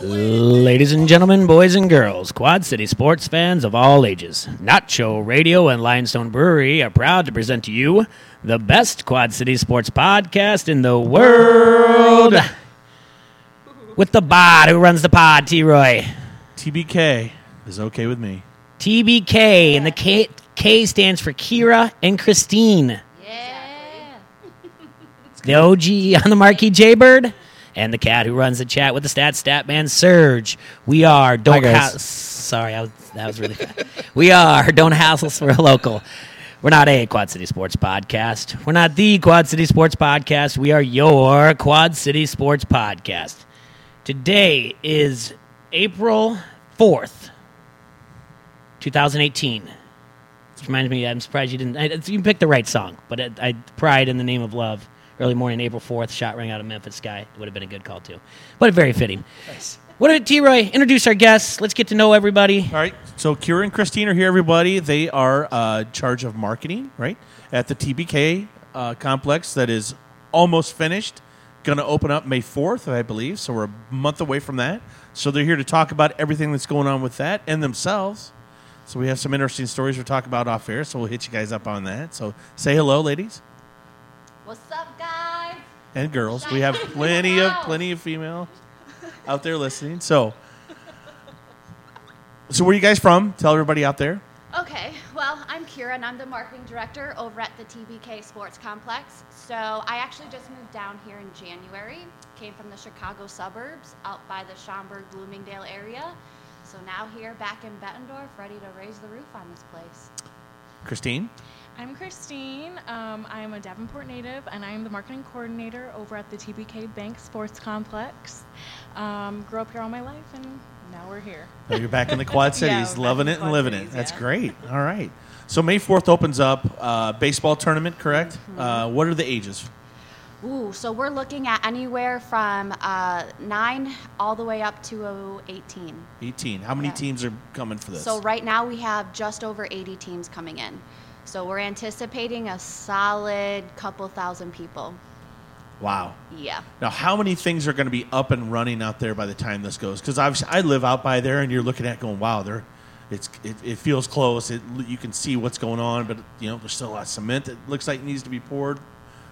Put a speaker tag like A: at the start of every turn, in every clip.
A: Ladies and gentlemen, boys and girls, Quad City sports fans of all ages, Nacho Radio and Limestone Brewery are proud to present to you the best Quad City sports podcast in the world. With the bod who runs the pod, T Roy.
B: TBK is okay with me.
A: TBK, and the K, K stands for Kira and Christine.
C: Yeah.
A: the OG on the marquee Jaybird, and the cat who runs the chat with the stat stat man Surge. We are don't
B: guys.
A: Hous- sorry, I was, that was really fast. we are don't hassle for a local. We're not a Quad City Sports podcast. We're not the Quad City Sports podcast. We are your Quad City Sports podcast. Today is April fourth, two thousand eighteen. Which reminds me, I'm surprised you didn't. I, it's- you picked the right song, but I, I Pride in the Name of Love, early morning, April 4th, shot rang out of Memphis Sky. Would have been a good call, too. But very fitting. What did T Roy introduce our guests? Let's get to know everybody.
B: All right. So Kira and Christine are here, everybody. They are uh, in charge of marketing, right, at the TBK uh, complex that is almost finished. Going to open up May 4th, I believe. So we're a month away from that. So they're here to talk about everything that's going on with that and themselves. So we have some interesting stories we're talking about off air. So we'll hit you guys up on that. So say hello, ladies
C: What's up, guys?
B: and girls. We have plenty of plenty of female out there listening. So, so where are you guys from? Tell everybody out there.
C: Okay, well, I'm Kira and I'm the marketing director over at the TBK Sports Complex. So I actually just moved down here in January. Came from the Chicago suburbs out by the Schaumburg Bloomingdale area. So now here back in Bettendorf, ready to raise the roof on this place.
B: Christine.
D: I'm Christine. Um, I'm a Davenport native, and I'm the marketing coordinator over at the TBK Bank Sports Complex. Um, grew up here all my life, and now we're here.
B: Oh, You're back in the Quad
D: Yeah, we're
B: Cities,
D: back
B: loving
D: in
B: it
D: the
B: and
D: Quad
B: living it.
D: Cities,
B: That's
D: yeah.
B: great. All right. So May 4th opens up uh, baseball tournament, correct?
D: Mm-hmm.
B: Uh, what are the ages?
C: Ooh, so we're looking at anywhere from uh, 9 all the way up to uh, 18.
B: 18. How many
C: Yeah.
B: teams are coming for this?
C: So right now we have just over 80 teams coming in. So we're anticipating a solid couple thousand people.
B: wow.
C: Yeah.
B: Now, how many things are going to be up and running out there by the time this goes? Because I live out by there, and you're looking at it going, wow, there, it's it, it feels close. It, you can see what's going on, but you know there's still a lot of cement that looks like needs to be poured.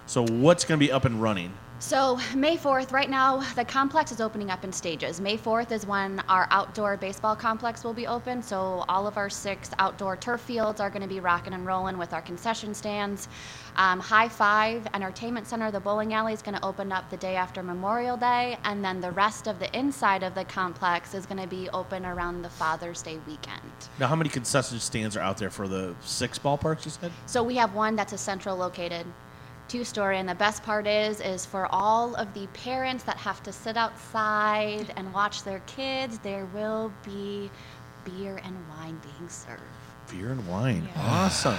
B: So what's going to be up and running?
C: So May 4th, right now the complex is opening up in stages. May 4th is when our outdoor baseball complex will be open. So all of our six outdoor turf fields are going to be rocking and rolling with our concession stands. Um, High Five Entertainment Center, the bowling alley, is going to open up the day after Memorial Day, and then the rest of the inside of the complex is going to be open around the Father's Day weekend.
B: Now, how many concession stands are out there for the six ballparks? You said.
C: So we have one that's a central located two-story and the best part is is for all of the parents that have to sit outside and watch their kids there will be beer and wine being served
B: Beer and wine. Awesome.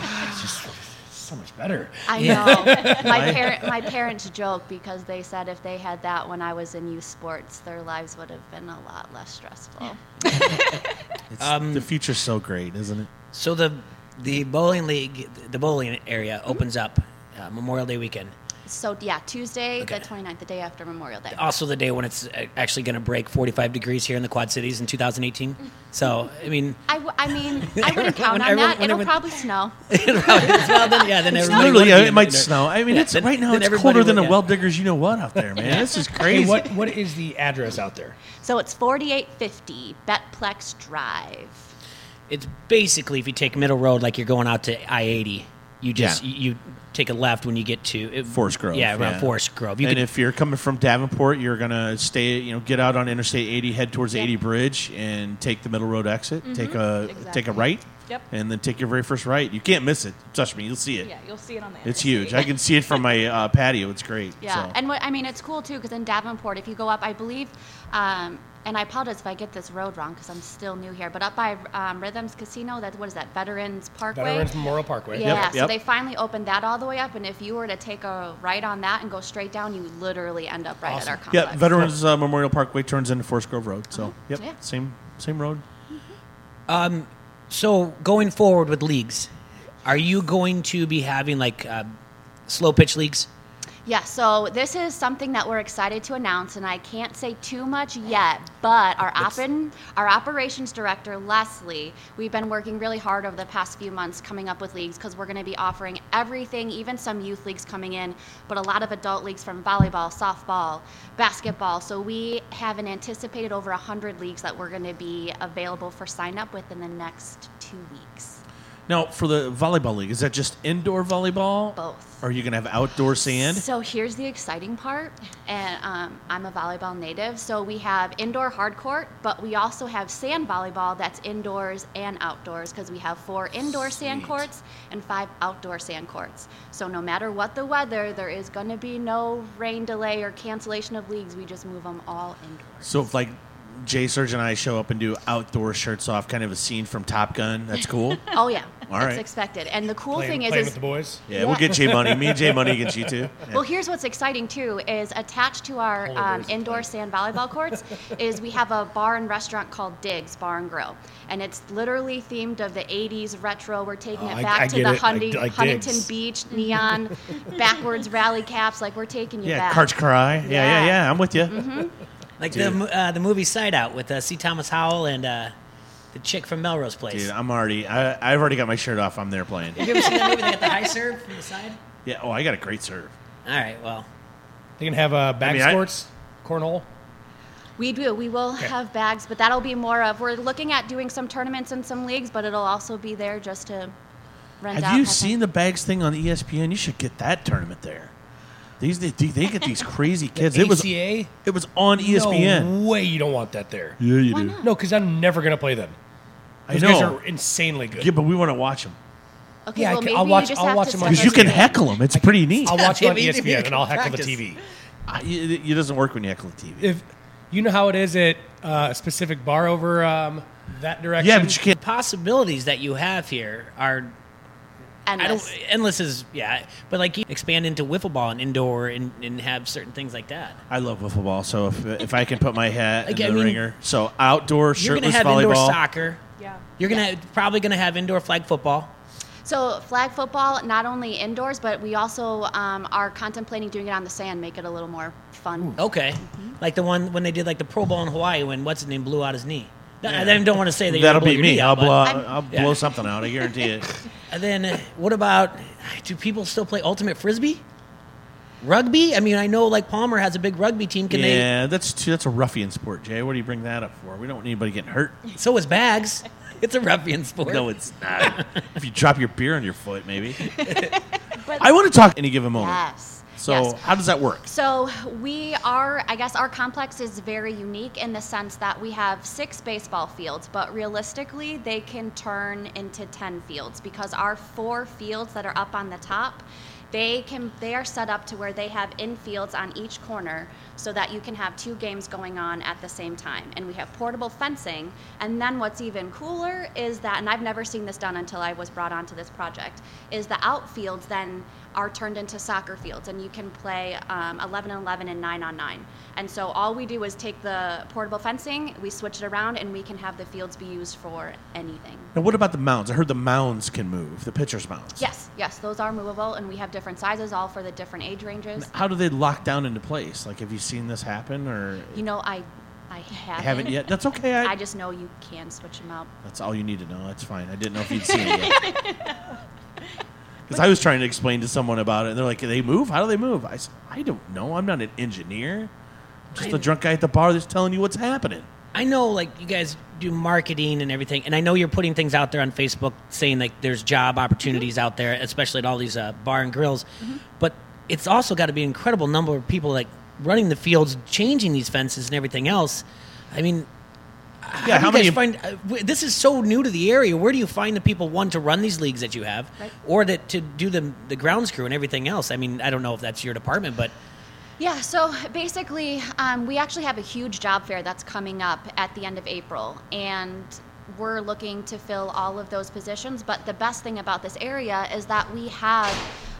A: So much better.
C: i know my, parent, my parents joke because they said if they had that when i was in youth sports their lives would have been a lot less stressful
B: It's,
A: um,
B: the future's so great, isn't it?
A: So the the bowling league, the bowling area opens up uh, Memorial Day weekend.
C: so yeah tuesday
A: Okay.
C: the 29th the day after memorial day
A: Also, the day when it's uh, actually going to break 45 degrees here in the Quad Cities in 2018. So, I mean,
C: I, w- I mean i wouldn't count
A: When
C: on
A: everyone-
C: that
A: when
C: it'll
A: everyone-
C: probably snow
A: well, then, yeah, then everybody would
B: Literally,
A: be
B: yeah,
A: in
B: it might
A: there.
B: snow. I mean,
A: Yeah,
B: it's
A: then-
B: right now.
A: then
B: It's
A: everybody
B: colder
A: would-
B: than a
A: yeah.
B: well diggers you know what out there, man. This is crazy.
E: Hey, what what is the address out there?
C: So it's 4850 Betplex Drive.
A: It's basically if you take middle road, like you're going out to I eighty, you just
B: Yeah.
A: you, you take a left when you get to it,
B: Forest Grove.
A: Yeah, around Forest Grove. You
B: and
A: could,
B: if you're coming from Davenport, you're gonna stay, you know, get out on Interstate 80, head towards the 80 Bridge, and take the Middle Road exit.
C: Mm-hmm.
B: Take a take a
D: exactly.
B: right.
D: Yep.
B: And then take your very first right. You can't miss it. Trust me, you'll see it.
D: Yeah, you'll see it on the.
B: It's
D: interstate.
B: huge. I can see it from my uh, patio. It's great.
C: Yeah,
B: So.
C: and what I mean, it's cool too because in Davenport, if you go up, I believe, um, and I apologize if I get this road wrong because I'm still new here, but up by um, Rhythms Casino, that what is that Veterans Parkway?
E: Veterans Memorial Parkway.
C: Yeah,
B: Yep,
C: so
B: yep.
C: they finally opened that all the way up, and if you were to take a right on that and go straight down, you literally end up right at our complex. Uh-huh.
B: yeah, Veterans uh, Memorial Parkway turns into Forest Grove Road. So, yep,
C: Yeah.
B: same same road.
A: so going forward with leagues, are you going to be having like uh, slow pitch leagues?
C: Yeah, so this is something that we're excited to announce, and I can't say too much yet, but our, open, our operations director, Leslie, we've been working really hard over the past few months coming up with leagues because we're going to be offering everything, even some youth leagues coming in, but a lot of adult leagues from volleyball, softball, basketball. So we have an anticipated over 100 leagues that we're going to be available for sign up within the next two weeks.
B: Now, for the volleyball league, is that just indoor volleyball?
C: Both.
B: Or are you going to have outdoor sand?
C: So here's the exciting part, and um, I'm a volleyball native. So we have indoor hard court, but we also have sand volleyball that's indoors and outdoors because we have four indoor sand
B: Sweet.
C: courts and five outdoor sand courts. So no matter what the weather, there is going to be no rain delay or cancellation of leagues. We just move them all indoors.
B: So if like Jay Surge and I show up and do outdoor shirts off, kind of a scene from Top Gun, that's cool.
C: Oh yeah,
B: All
C: that's
B: right.
C: expected. And the cool
E: Playing,
C: thing is,
E: playing
C: is
E: with the boys.
B: yeah, we'll get Jay Money. Me and Jay Money against you too. Yeah.
C: Well, here's what's exciting too is attached to our
E: Polar
C: um,
E: bears
C: indoor sand volleyball courts is we have a bar and restaurant called Diggs Bar and Grill, and it's literally themed of the 80s retro. We're taking
E: Oh,
C: it
E: I-
C: back
E: I
C: to
E: get
C: the
E: it. I-
C: Hunting-
E: like
C: Huntington
E: Diggs.
C: Beach neon backwards rally caps. Like we're taking you
B: yeah,
C: back.
B: Karch Cry. Yeah, yeah,
C: Yeah.
B: yeah. I'm with you.
A: Like the
B: Dude.
A: the uh, the movie Side Out with uh, C. Thomas Howell and uh, the chick from Melrose Place.
B: Dude, I'm already. I, I've already got my shirt off. I'm there playing.
A: Have you ever seen that movie? They got the high serve from the side.
B: Yeah. Oh, I got a great serve.
A: All right, well,
E: They can have uh,
B: I
E: back
B: mean, I-
E: sports, cornhole.
C: We do. We will have bags, but that'll be more of. We're looking at doing some tournaments and some leagues, but it'll also be there just to. Rent out,
B: Have you
C: have fun.
B: seen the bags thing on E ESPN? You should get that tournament there. These they, they get these crazy kids. It was E it
E: ACA?
B: was on ESPN.
E: No way you don't want that there.
B: Yeah, you
C: Why not?
E: No, because I'm never going to play them.
B: I
E: Those guys
B: know.
E: are insanely good.
B: Yeah, but we want to watch them
C: Okay,
E: Yeah, I
C: well,
E: c-
C: maybe
E: I'll
C: you
E: watch-
C: just
E: I'll
C: have
E: watch
C: to
E: them on
B: because
C: separate
B: you can
C: it.
B: hackle them. It's pretty neat.
E: I'll watch it on E
A: Maybe- maybe you
E: ESPN
A: can
E: and I'll heckle
A: practice.
E: the TV.
B: I, it, it doesn't work when you heckle the TV.
E: If you know how it is at uh, a specific bar over um, that direction.
B: yeah, but you can't.
A: the possibilities that you have here are I
C: Endless.
A: don't endless is yeah, but like you expand into wiffle ball and indoor and, and have certain things like that.
B: I love wiffle ball, so if, if I can put my hat
A: Like,
B: in
A: I
B: the
A: mean,
B: ringer, so outdoor
A: You're gonna
B: shirtless
A: have indoor
B: volleyball.
A: soccer.
D: Yeah.
A: You're gonna probably gonna have indoor flag football.
C: So flag football, not only indoors, but we also um, are contemplating doing it on the sand, make it a little more fun.
A: Okay, like the one when they did like the Pro Bowl in Hawaii when what's his name blew out his knee. No, I then don't want to say that you're
B: That'll
A: gonna blow
B: be
A: your
B: me.
A: knee
B: I'll
A: out,
B: blow.
A: but-
B: I'll,
A: Yeah.
B: blow something out. I guarantee it.
A: And then uh, what about do people still play ultimate frisbee? Rugby? I mean, I know like Palmer has a big rugby team. Can
B: yeah, that's too, that's a ruffian sport, Jay. What do you bring that up for? We don't want anybody getting hurt.
A: they? So is bags. It's a ruffian sport.
B: No, it's not. if you drop your beer on your foot, maybe.
D: But-
B: I want to talk any given moment.
C: Yes.
B: So
C: yes.
B: how does that work?
C: So we are, I guess our complex is very unique in the sense that we have six baseball fields, but realistically, they can turn into 10 fields because our four fields that are up on the top. They can they are set up to where they have infields on each corner so that you can have two games going on at the same time. And we have portable fencing. And then what's even cooler is that and I've never seen this done until I was brought onto this project, is the outfields then are turned into soccer fields and you can play um, 11 on 11 and 9 on 9 and so all we do is take the portable fencing we switch it around and we can have the fields be used for anything
B: Now, what about the mounds? I heard the mounds can move. The pitcher's mounds.
C: yes yes those are movable and we have different sizes all for the different age ranges
B: How do they lock down into place? Like, have you seen this happen or
C: you know i i haven't,
B: haven't yet? That's okay. I,
C: i just know you can switch them out
B: That's all you need to know. That's fine. I didn't know if you'd seen it yet. Because I was trying to explain to someone about it, and they're like, "They move? How do they move?" I said, "I don't know. I'm not an engineer. I'm just a drunk guy at the bar that's telling you what's happening."
A: I know, like you guys do marketing and everything, and I know you're putting things out there on Facebook saying like there's job opportunities out there, especially at all these uh, bar and grills. But it's also got to be an incredible number of people like running the fields, changing these fences and everything else. I mean,
B: Yeah, how
A: do
B: many?
A: you guys find uh, w- this is so new to the area? Where do you find the people one to run these leagues that you have,
C: Right.
A: or that to do the the grounds crew and everything else? I mean, I don't know if that's your department, but
C: Yeah, so basically, um, we actually have a huge job fair that's coming up at the end of April, and we're looking to fill all of those positions. But the best thing about this area is that we have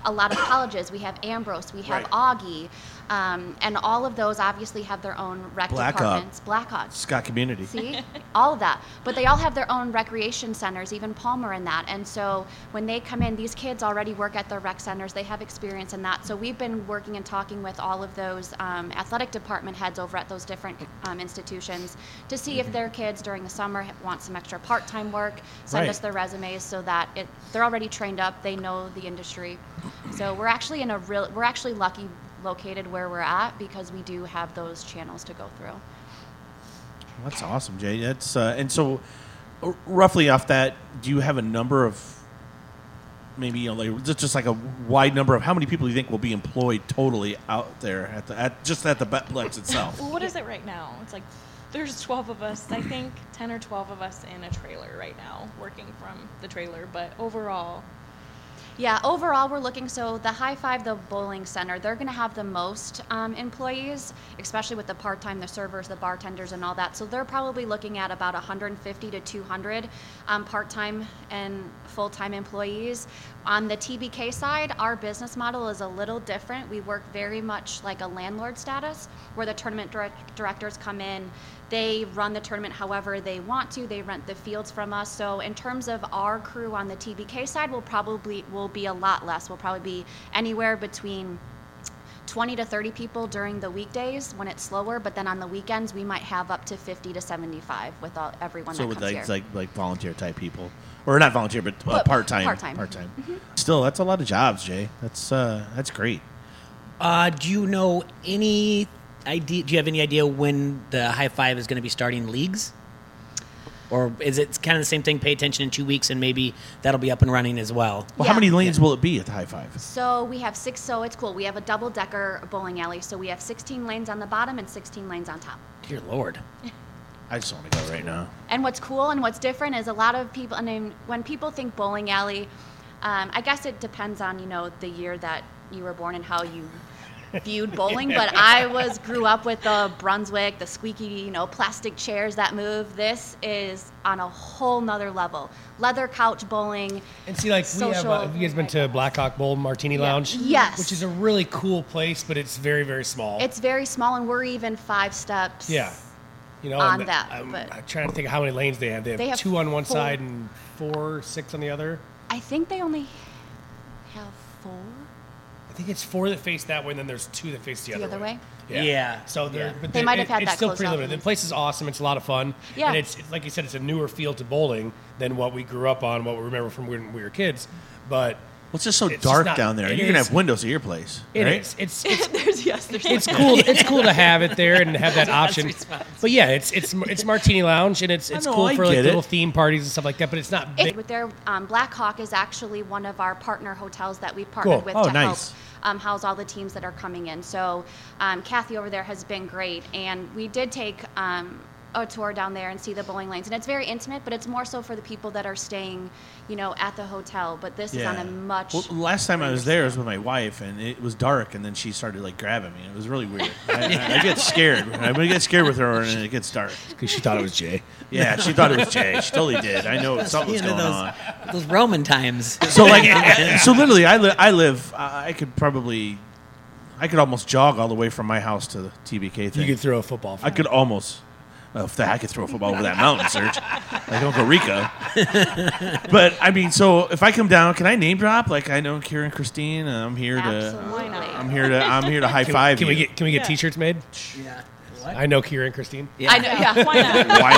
C: a lot of colleges. We have Ambrose, we have
B: Right.
C: Augie, Um, and all of those obviously have their own rec
B: Black Hawk.
C: departments. Black Hawk.
B: Scott Community.
C: See, all of that. But they all have their own recreation centers, even Palmer in that. And so when they come in, these kids already work at their rec centers. They have experience in that. So we've been working and talking with all of those um, athletic department heads over at those different um, institutions to see if their kids during the summer ha- want some extra part-time work. Send
B: Right.
C: us their resumes so that it, they're already trained up. They know the industry. So we're actually in a real. We're actually lucky located where we're at because we do have those channels to go through.
B: That's awesome, Jay. That's uh, and so r- roughly off that, do you have a number of maybe you know, like, just just like a wide number of how many people you think will be employed totally out there at the at just at the Betplex itself?
D: Well, what is it right now? It's like there's 12 of us. I think 10 or 12 of us in a trailer right now, working from the trailer. But overall,
C: Yeah, overall, we're looking, so the High Five, the bowling center, they're going to have the most um, employees, especially with the part-time, the servers, the bartenders, and all that. So they're probably looking at about 150 to 200 um, part-time and full-time employees. On the TBK side, our business model is a little different. We work very much like a landlord status, where the tournament direct- directors come in, they run the tournament however they want to. They rent the fields from us. So in terms of our crew on the TBK side, will probably will be a lot less. We'll probably be anywhere between 20 to 30 people during the weekdays when it's slower, but then on the weekends we might have up to 50 to 75 with all, everyone
B: so
C: that
B: with
C: comes here.
B: like, like like volunteer type people, or not volunteer, but uh,
C: But
B: part time,
C: part-time. Mm-hmm.
B: part time. Still, that's a lot of jobs, Jay. That's uh, that's great.
A: Uh, do you know any idea? Do you have any idea when the High Five is going to be starting leagues? Or is it kind of the same thing? Pay attention in two weeks, and maybe that'll be up and running as well.
B: Well, how
C: Yeah.
B: many lanes will it be at the High Five?
C: So we have six. So it's cool. We have a double decker bowling alley. So we have 16 lanes on the bottom and 16 lanes on top.
A: Dear Lord,
B: I just want to go right now.
C: And what's cool and what's different is a lot of people. And then when people think bowling alley, um, I guess it depends on you know the year that you were born and how you viewed bowling. But I was grew up with the Brunswick, the squeaky you know plastic chairs that move. This is on a whole nother level. Leather couch bowling.
E: And see, like we have,
C: Social-
E: uh, have you guys been to Black Hawk Bowl Martini Lounge?
C: Yes.
E: Which is a really cool place, but it's very, very small.
C: It's very small, and we're even five steps.
E: yeah. You know,
C: on
E: and
C: that,
E: I'm,
C: but-
E: I'm trying to think of how many lanes they have. They have,
C: They have
E: two on one
C: four.
E: side and four, six on the other.
C: I think they only have four.
E: I think it's four that face that way, and then there's two that face the,
C: The
E: other,
C: other way?
E: Yeah.
A: Yeah.
E: So they're,
A: Yeah.
E: but
C: They might have
E: it-
C: had
E: it's
C: that
E: still
C: closed
E: pretty
C: off.
E: limited. The place is awesome. It's a lot of fun.
C: Yeah.
E: And it's, it's like you said, it's a newer field to bowling than what we grew up on, what we remember from when we were kids. But
B: Well, it's just so
E: It's just
B: dark
E: not-
B: down there.
E: it
B: You're gonna
E: is-
B: have windows at your place,
E: it
B: right?
E: is- It's it's
D: there's yes, there's
E: it's cool. It's cool to have it there and have that option.
A: response.
E: But yeah, it's it's it's Martini Lounge and it's
B: I
E: it's
B: know,
E: cool
B: I
E: for like
B: get it.
E: little theme parties and stuff like that. But it's not
C: It,
E: big.
C: with their um, Black Hawk is actually one of our partner hotels that we partnered
E: Cool.
C: with
B: Oh,
C: to
B: nice.
C: help um, house all the teams that are coming in. So um, Kathy over there has been great, and we did take um, a tour down there and see the bowling lanes, and it's very intimate, but it's more so for the people that are staying, you know, at the hotel. But this is on a much
B: Well, last time I was there, it was with my wife, and it was dark, and then she started like grabbing me. It was really weird. I, I, I get scared. I'm gonna get scared with her, and it gets dark.
E: Because she thought it was Jay.
B: Yeah, she thought it was Jay. She totally did. I know something was
A: You know,
B: going
A: those,
B: on.
A: those Roman times.
B: So like, uh, so literally, I, li- I live. I I could probably, I could almost jog all the way from my house to the TBK
E: You
B: thing.
E: could throw a football.
B: I could almost. Oh, if that, I could throw a football over that mountain, Serge. Like Uncle Rico. but I mean, so if I come down, can I name drop? Like I know Kieran Christine. and I'm here to.
C: absolutely.
B: I'm here to. I'm here to high
E: Can,
B: five
E: can we
B: you.
E: get can we get
D: Yeah.
E: T-shirts made?
A: Yeah.
E: I know Kira and Christine.
A: Yeah.
C: I know, yeah.
D: Why not?
B: Why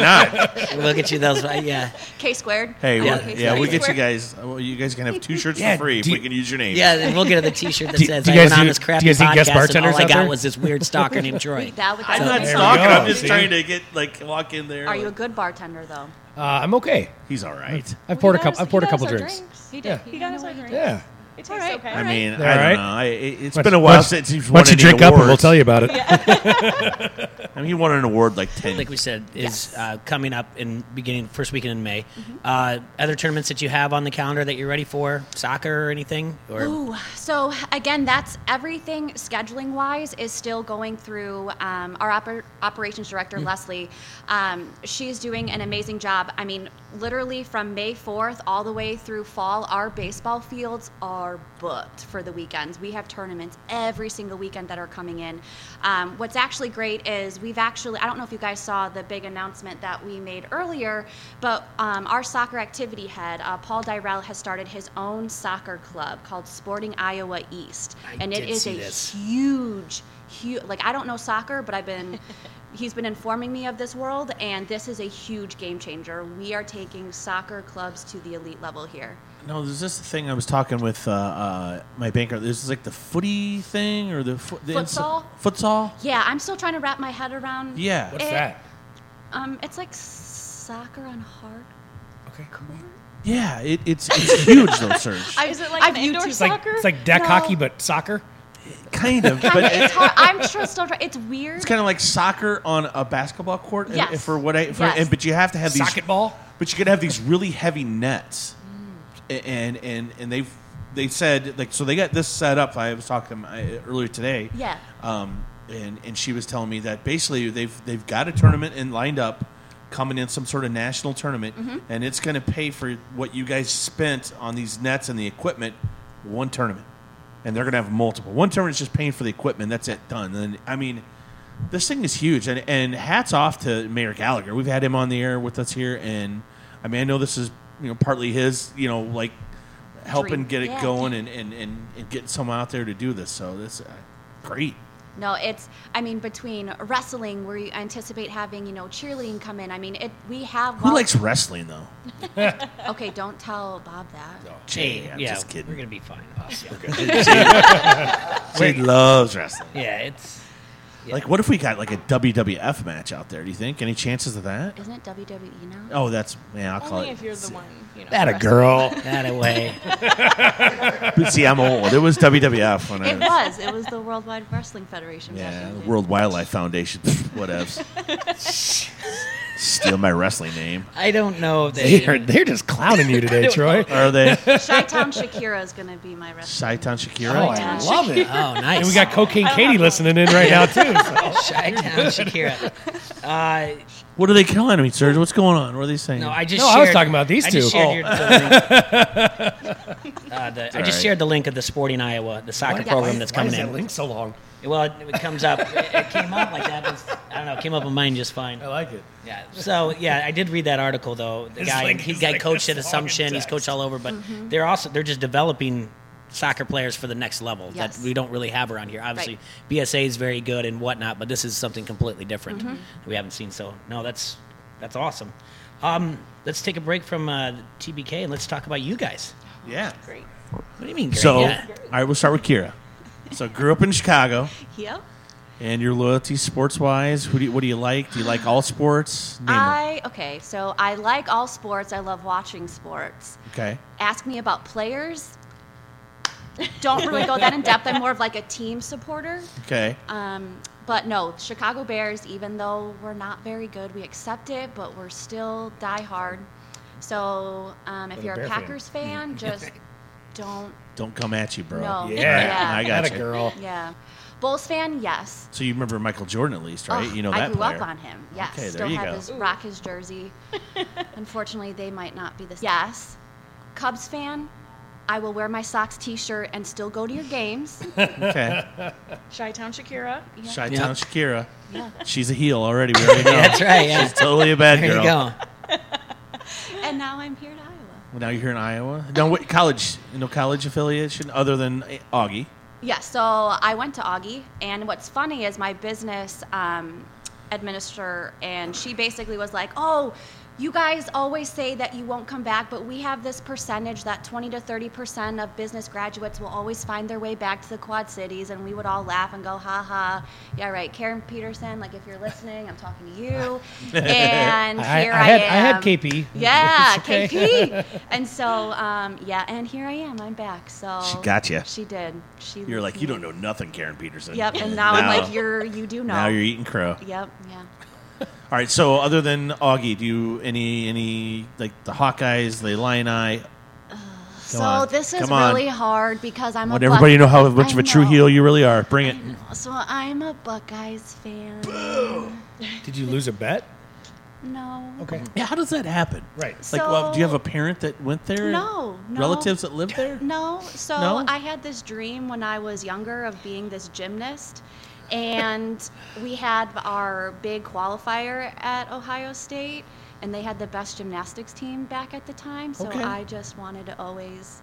B: not?
A: We'll get you those. right, Yeah.
C: K squared.
B: Hey,
A: Yeah.
B: yeah,
A: Okay,
B: yeah
A: so
B: we'll
A: I
B: get you
C: swear-
B: guys. uh, Well, you guys can have two shirts
E: Yeah,
B: for free if
E: do-
B: we can use your name.
A: Yeah, then we'll get the T-shirt that
E: Do-
A: says
E: do
A: I
E: you
A: went
E: guys
A: on
E: do-
A: this
E: do you
A: crappy
E: guys do guest
A: podcast and all
E: bartenders
A: I
E: out
A: got
E: there?
A: was this weird stalker named Troy.
C: That would,
B: I'm not
E: There we
B: stalking.
E: go,
B: I'm just
E: see?
B: trying to get like walk in there.
C: Are
B: like-
C: you a good bartender though?
E: Uh, I'm okay.
B: He's all right.
E: I've poured a
D: He got
E: couple.
D: us-
E: I've poured a
D: he got
E: couple
D: us our
E: drinks.
C: He
E: Yeah.
D: He got us our drink.
E: Yeah.
D: It tastes
C: right.
D: okay.
B: I mean,
E: They're
B: I don't
E: all right?
B: know. I, it, has
E: Why don't-
B: been a
E: why
B: while
E: don't-
B: since he's
E: Why
B: won
E: don't you
B: any
E: drink up and we'll
B: awards.
E: tell you about it.
B: I mean, he won an award like ten.
A: like we said, is uh, coming up in beginning first weekend in May.
C: Mm-hmm.
A: Uh, other tournaments that you have on the calendar that you're ready for? Soccer or anything? Or
C: Ooh, so again, that's everything scheduling wise is still going through um, our oper- operations director, Leslie. Um, she's doing an amazing job. I mean, literally from May 4th all the way through fall, our baseball fields are booked for the weekends. We have tournaments every single weekend that are coming in. Um, what's actually great is we've actually, I don't know if you guys saw the big announcement that we made earlier, but um, our soccer activity head, uh, Paul Dyrell, has started his own soccer club called Sporting Iowa East.
A: I
C: and it
A: did
C: is
A: see
C: a
A: this.
C: huge, huge, like, I don't know soccer, but I've been. he's been informing me of this world, and this is a huge game changer. We are taking soccer clubs to the elite level here.
B: No, there's this thing I was talking with uh, uh, my banker. This is like the footy thing or the, fo- the
C: Futsal?
B: futsal.
C: Yeah, I'm still trying to wrap my head around.
B: Yeah.
E: What's
C: Eh.
E: that?
C: Um, it's like soccer on hard.
E: Okay.
B: Yeah, it, it's it's huge though, Serge.
D: Is it like an indoor
C: YouTubed-
E: It's like
D: Soccer?
E: it's like deck
C: No.
E: hockey, but soccer.
B: kind of,
C: Kinda,
B: but
C: it's hard. I'm tr- still trying. It's weird.
B: it's kind of like soccer on a basketball court.
C: Yes.
B: And, for what I, for,
C: Yes.
B: and, but you have to have these
E: Socket ball.
B: But you could have these really heavy nets, A- and and and they've they said like so they got this set up. I was talking to them uh, earlier today.
C: Yeah.
B: Um, and and she was telling me that basically they've they've got a tournament and lined up, coming in some sort of national tournament, and it's going to pay for what you guys spent on these nets and the equipment, one tournament, and they're going to have multiple. One tournament's just paying for the equipment. That's it. Done. And I mean. This thing is huge, and, and hats off to Mayor Gallagher. We've had him on the air with us here, and I mean, I know this is you know partly his, you know, like helping
C: Dream.
B: get it
C: Yeah.
B: going and, and, and, and getting someone out there to do this. So that's uh, great.
C: No, it's. I mean, between wrestling, where you anticipate having, you know, cheerleading come in. I mean, it. We have.
B: Who likes wrestling though? Oh,
C: Okay, don't tell Bob that.
A: Hey,
B: I'm
A: yeah,
B: just kidding.
A: we're gonna be fine.
B: Jade loves wrestling.
A: yeah, it's Yeah.
B: Like, what if we got like a WWF match out there? Do you think any chances of that?
C: Isn't it WWE now?
B: Oh, that's yeah. I'll call
D: Only
B: it.
D: if you're the one. You know,
B: That a
D: wrestling.
B: girl.
A: that away.
B: But see, I'm old. It was WWF when I
C: It
B: was.
C: was. It was the World Wide Wrestling Federation. back
B: Oh, Yeah,
C: in the day.
B: World Wildlife Foundation. Whatevs. Steal my wrestling name.
A: I don't know if they.
E: They are, they're just clowning you today, Troy.
B: Are they?
C: Chi-Town Shakira is going to be my wrestling.
B: Shaitan Shakira.
E: Oh,
C: Chi-Town
E: I love it.
A: Oh, nice.
E: And we got Cocaine Katie listening in right now too. So.
A: Chi-Town Shakira. Uh,
B: What are they calling me, Serge? What's going on? What are they saying?
A: no, I just.
E: No, I
A: shared,
E: was talking about these
A: I just
E: two.
A: shared
E: Oh.
A: your- the link. Uh, the- I
B: all
A: just
B: right.
A: shared the link of the Sporting Iowa, the soccer
C: Why-
A: program
C: why-
A: that's
E: Why
A: coming
E: is that
A: in.
E: link so long?
A: Well, it, it comes up. It, it came up like that. but I don't know. It came up on mine just fine.
E: I like it.
A: Yeah. So yeah, I did read that article though. The
E: It's
A: guy
E: like-
A: he
E: it's
A: got
E: like
A: coached
E: this
A: at
E: long in
A: Assumption. He's
E: text.
A: coached all over, but they're also they're just developing soccer players for the next level
C: Yes.
A: that we don't really have around here. Obviously, BSA is very good and whatnot, but this is something completely different that we haven't seen. So no, that's that's awesome. Um, let's take a break from uh, TBK and let's talk about you guys.
B: Yeah.
D: Great.
A: What do you mean? Gary?
B: So,
A: Yeah.
B: all right, we'll start with Kira. So, grew up in Chicago,
C: Yep.
B: and your loyalty sports wise, who do you, what do you like? Do you like all sports? Name 'em.
C: I okay, so I like all sports. I love watching sports.
B: okay.
C: Ask me about players. Don't really go that in depth. I'm more of like a team supporter.
B: Okay.
C: Um, but no, Chicago Bears. Even though we're not very good, we accept it. But we're still diehard. So um, if
E: Little
C: you're
E: Bear
C: a
E: fan.
B: Mm-hmm.
C: Packers fan, just don't.
B: Don't come at you, bro.
C: No.
E: Yeah.
C: Yeah.
B: I got
E: Atta
B: you.
E: girl.
C: Yeah, Bulls fan, yes.
B: So, you remember Michael Jordan at least, right?
C: Oh,
B: you know that
C: I grew
B: player.
C: up on him. Yes,
B: Okay, there
C: still
B: you
C: have
B: go.
C: his rock his jersey. Unfortunately, they might not be the same. Yes, Cubs fan. I will wear my socks T-shirt and still go to your games.
B: Okay.
D: Chi Town Shakira.
C: Yeah.
B: Chi Town
A: Yeah.
B: Shakira. She's a heel already. We already know.
A: that's right. Yeah.
B: She's totally a bad
A: There
B: girl.
A: you go.
C: and now I'm here to Iowa.
B: Well, now you're here in Iowa. No, what college? No college affiliation other than eh, Augie.
C: Yeah, so I went to Augie, and what's funny is my business um, administrator, and she basically was like, "Oh, you guys always say that you won't come back, but we have this percentage that 20 to 30 percent of business graduates will always find their way back to the Quad Cities," and we would all laugh and go, "Ha ha, yeah, right." Karen Peterson, like if you're listening, I'm talking to you, and
E: I,
C: here
E: I had
C: am.
E: I had KP.
C: Yeah,
E: It's okay.
C: KP. And so, um, yeah, and here I am. I'm back. So
B: She got ya.
C: She did. She.
B: You're like
C: looped
B: you
C: me.
B: don't know nothing, Karen Peterson.
C: Yep. And now, I'm like, you're. You do know.
B: Now you're eating crow.
C: Yep. Yeah.
B: All right. So, other than Augie, do you any any like the Hawkeyes, the Illini?
C: so
B: on.
C: this is
B: Come on.
C: really hard because I'm
B: Want
C: a.
B: everybody to
C: Buck-
B: know how much of
C: I
B: a true
C: know.
B: heel you really are. Bring it.
C: So I'm a Buckeyes fan.
E: Did you lose a bet?
C: No.
E: Okay.
B: Yeah, how does that happen?
E: Right.
B: Like, well, do you have a parent that went there?
C: No, no.
B: Relatives that lived there?
C: No. So
B: No?
C: I had this dream when I was younger of being this gymnast. And we had our big qualifier at Ohio State, and they had the best gymnastics team back at the time. So
B: Okay.
C: I just wanted to always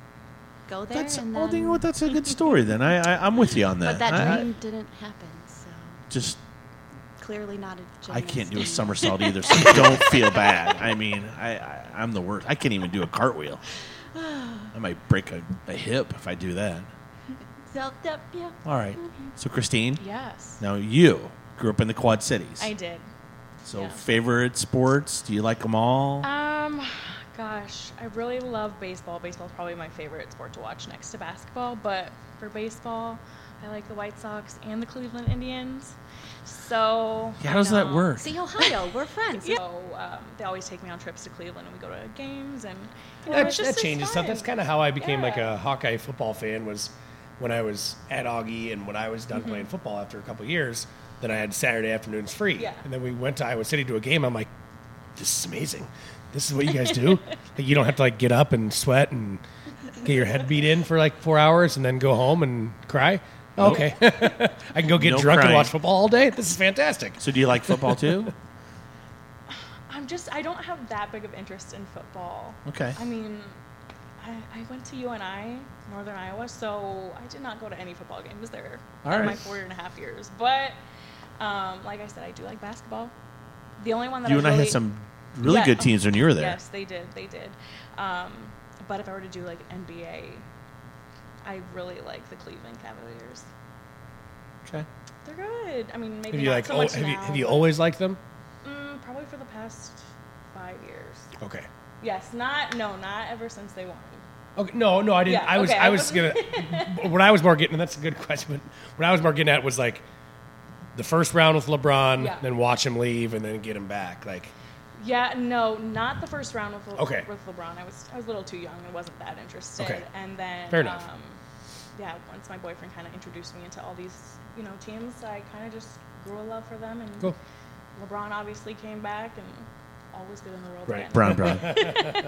C: go there.
B: That's,
C: and
B: oh,
C: then-
B: you know what? That's a good story then. I, I, I'm with you on that.
C: but that
B: I- I
C: dream didn't happen. So
B: just,
C: clearly not a gymnast.
B: I can't do a somersault either, so don't feel bad. I mean, I, I, I'm the worst. I can't even do a cartwheel. I might break a, a hip if I do that.
C: So, yep, yep.
B: All right. So, Christine,
D: Yes.
B: now you grew up in the Quad Cities.
D: I did.
B: so,
D: yeah.
B: favorite sports? Do you like them all?
D: Um, gosh, I really love baseball. Baseball's probably my favorite sport to watch next to basketball, but for baseball, I like the White Sox and the Cleveland Indians. So
B: yeah, how does that
D: um,
B: work?
C: See, Ohio, we're friends.
D: So um, they always take me on trips to Cleveland, and we go to games, and you know,
E: That,
D: it's just
E: that
D: it's
E: changes stuff.
D: fun.
E: That's kind of how I became like
D: Yeah.
E: a Hawkeye football fan was when I was at Augie and when I was
D: Mm-hmm.
E: done playing football after a couple of years. Then I had Saturday afternoons free,
D: Yeah.
E: and then we went to Iowa City to a game. I'm like, this is amazing. This is what you guys do. like, you don't have to like get up and sweat and get your head beat in for like four hours and then go home and cry.
B: Nope.
E: Okay, I can go get
B: No
E: drunk
B: crying.
E: and watch football all day. This is fantastic.
B: So, do you like football too?
D: I'm just I don't have that big of interest in football.
B: Okay.
D: I mean, I, I went to UNI, Northern Iowa, so I did not go to any football games there
B: All
D: in
B: right.
D: my four and a half years. But um, like I said, I do like basketball. The only one that
B: you
D: I
B: and I
D: really,
B: had some really
D: Yeah.
B: good teams when you were there.
D: Yes, they did. They did. Um, but if I were to do like NBA, I really like the Cleveland Cavaliers.
B: Okay.
D: They're good. I mean, maybe
E: Have you
D: not
E: like
D: so
E: al-
D: much
E: have you
D: now,
E: have you
D: but-
E: always liked them?
D: Mm, probably for the past five years.
E: Okay.
D: Yes, not no, not ever since they won.
E: Okay, no, no, I didn't.
D: Yeah,
E: I was,
D: okay,
E: I
D: I
E: was gonna.
D: wasn't-
E: what I was more getting, and that's a good question. But what I was more getting at was like the first round with LeBron,
D: Yeah.
E: then watch him leave, and then get him back. Like,
D: Yeah, no, not the first round with Le-
E: Okay.
D: with LeBron. I was I was a little too young and wasn't that interested.
E: Okay.
D: And then
E: Fair enough.
D: Um, yeah, once my boyfriend kind of introduced me into all these you know teams, I kind of just grew a love for them. And
E: Cool.
D: LeBron obviously came back and always good in the world.
E: Right.
D: again.
B: Brown, brown.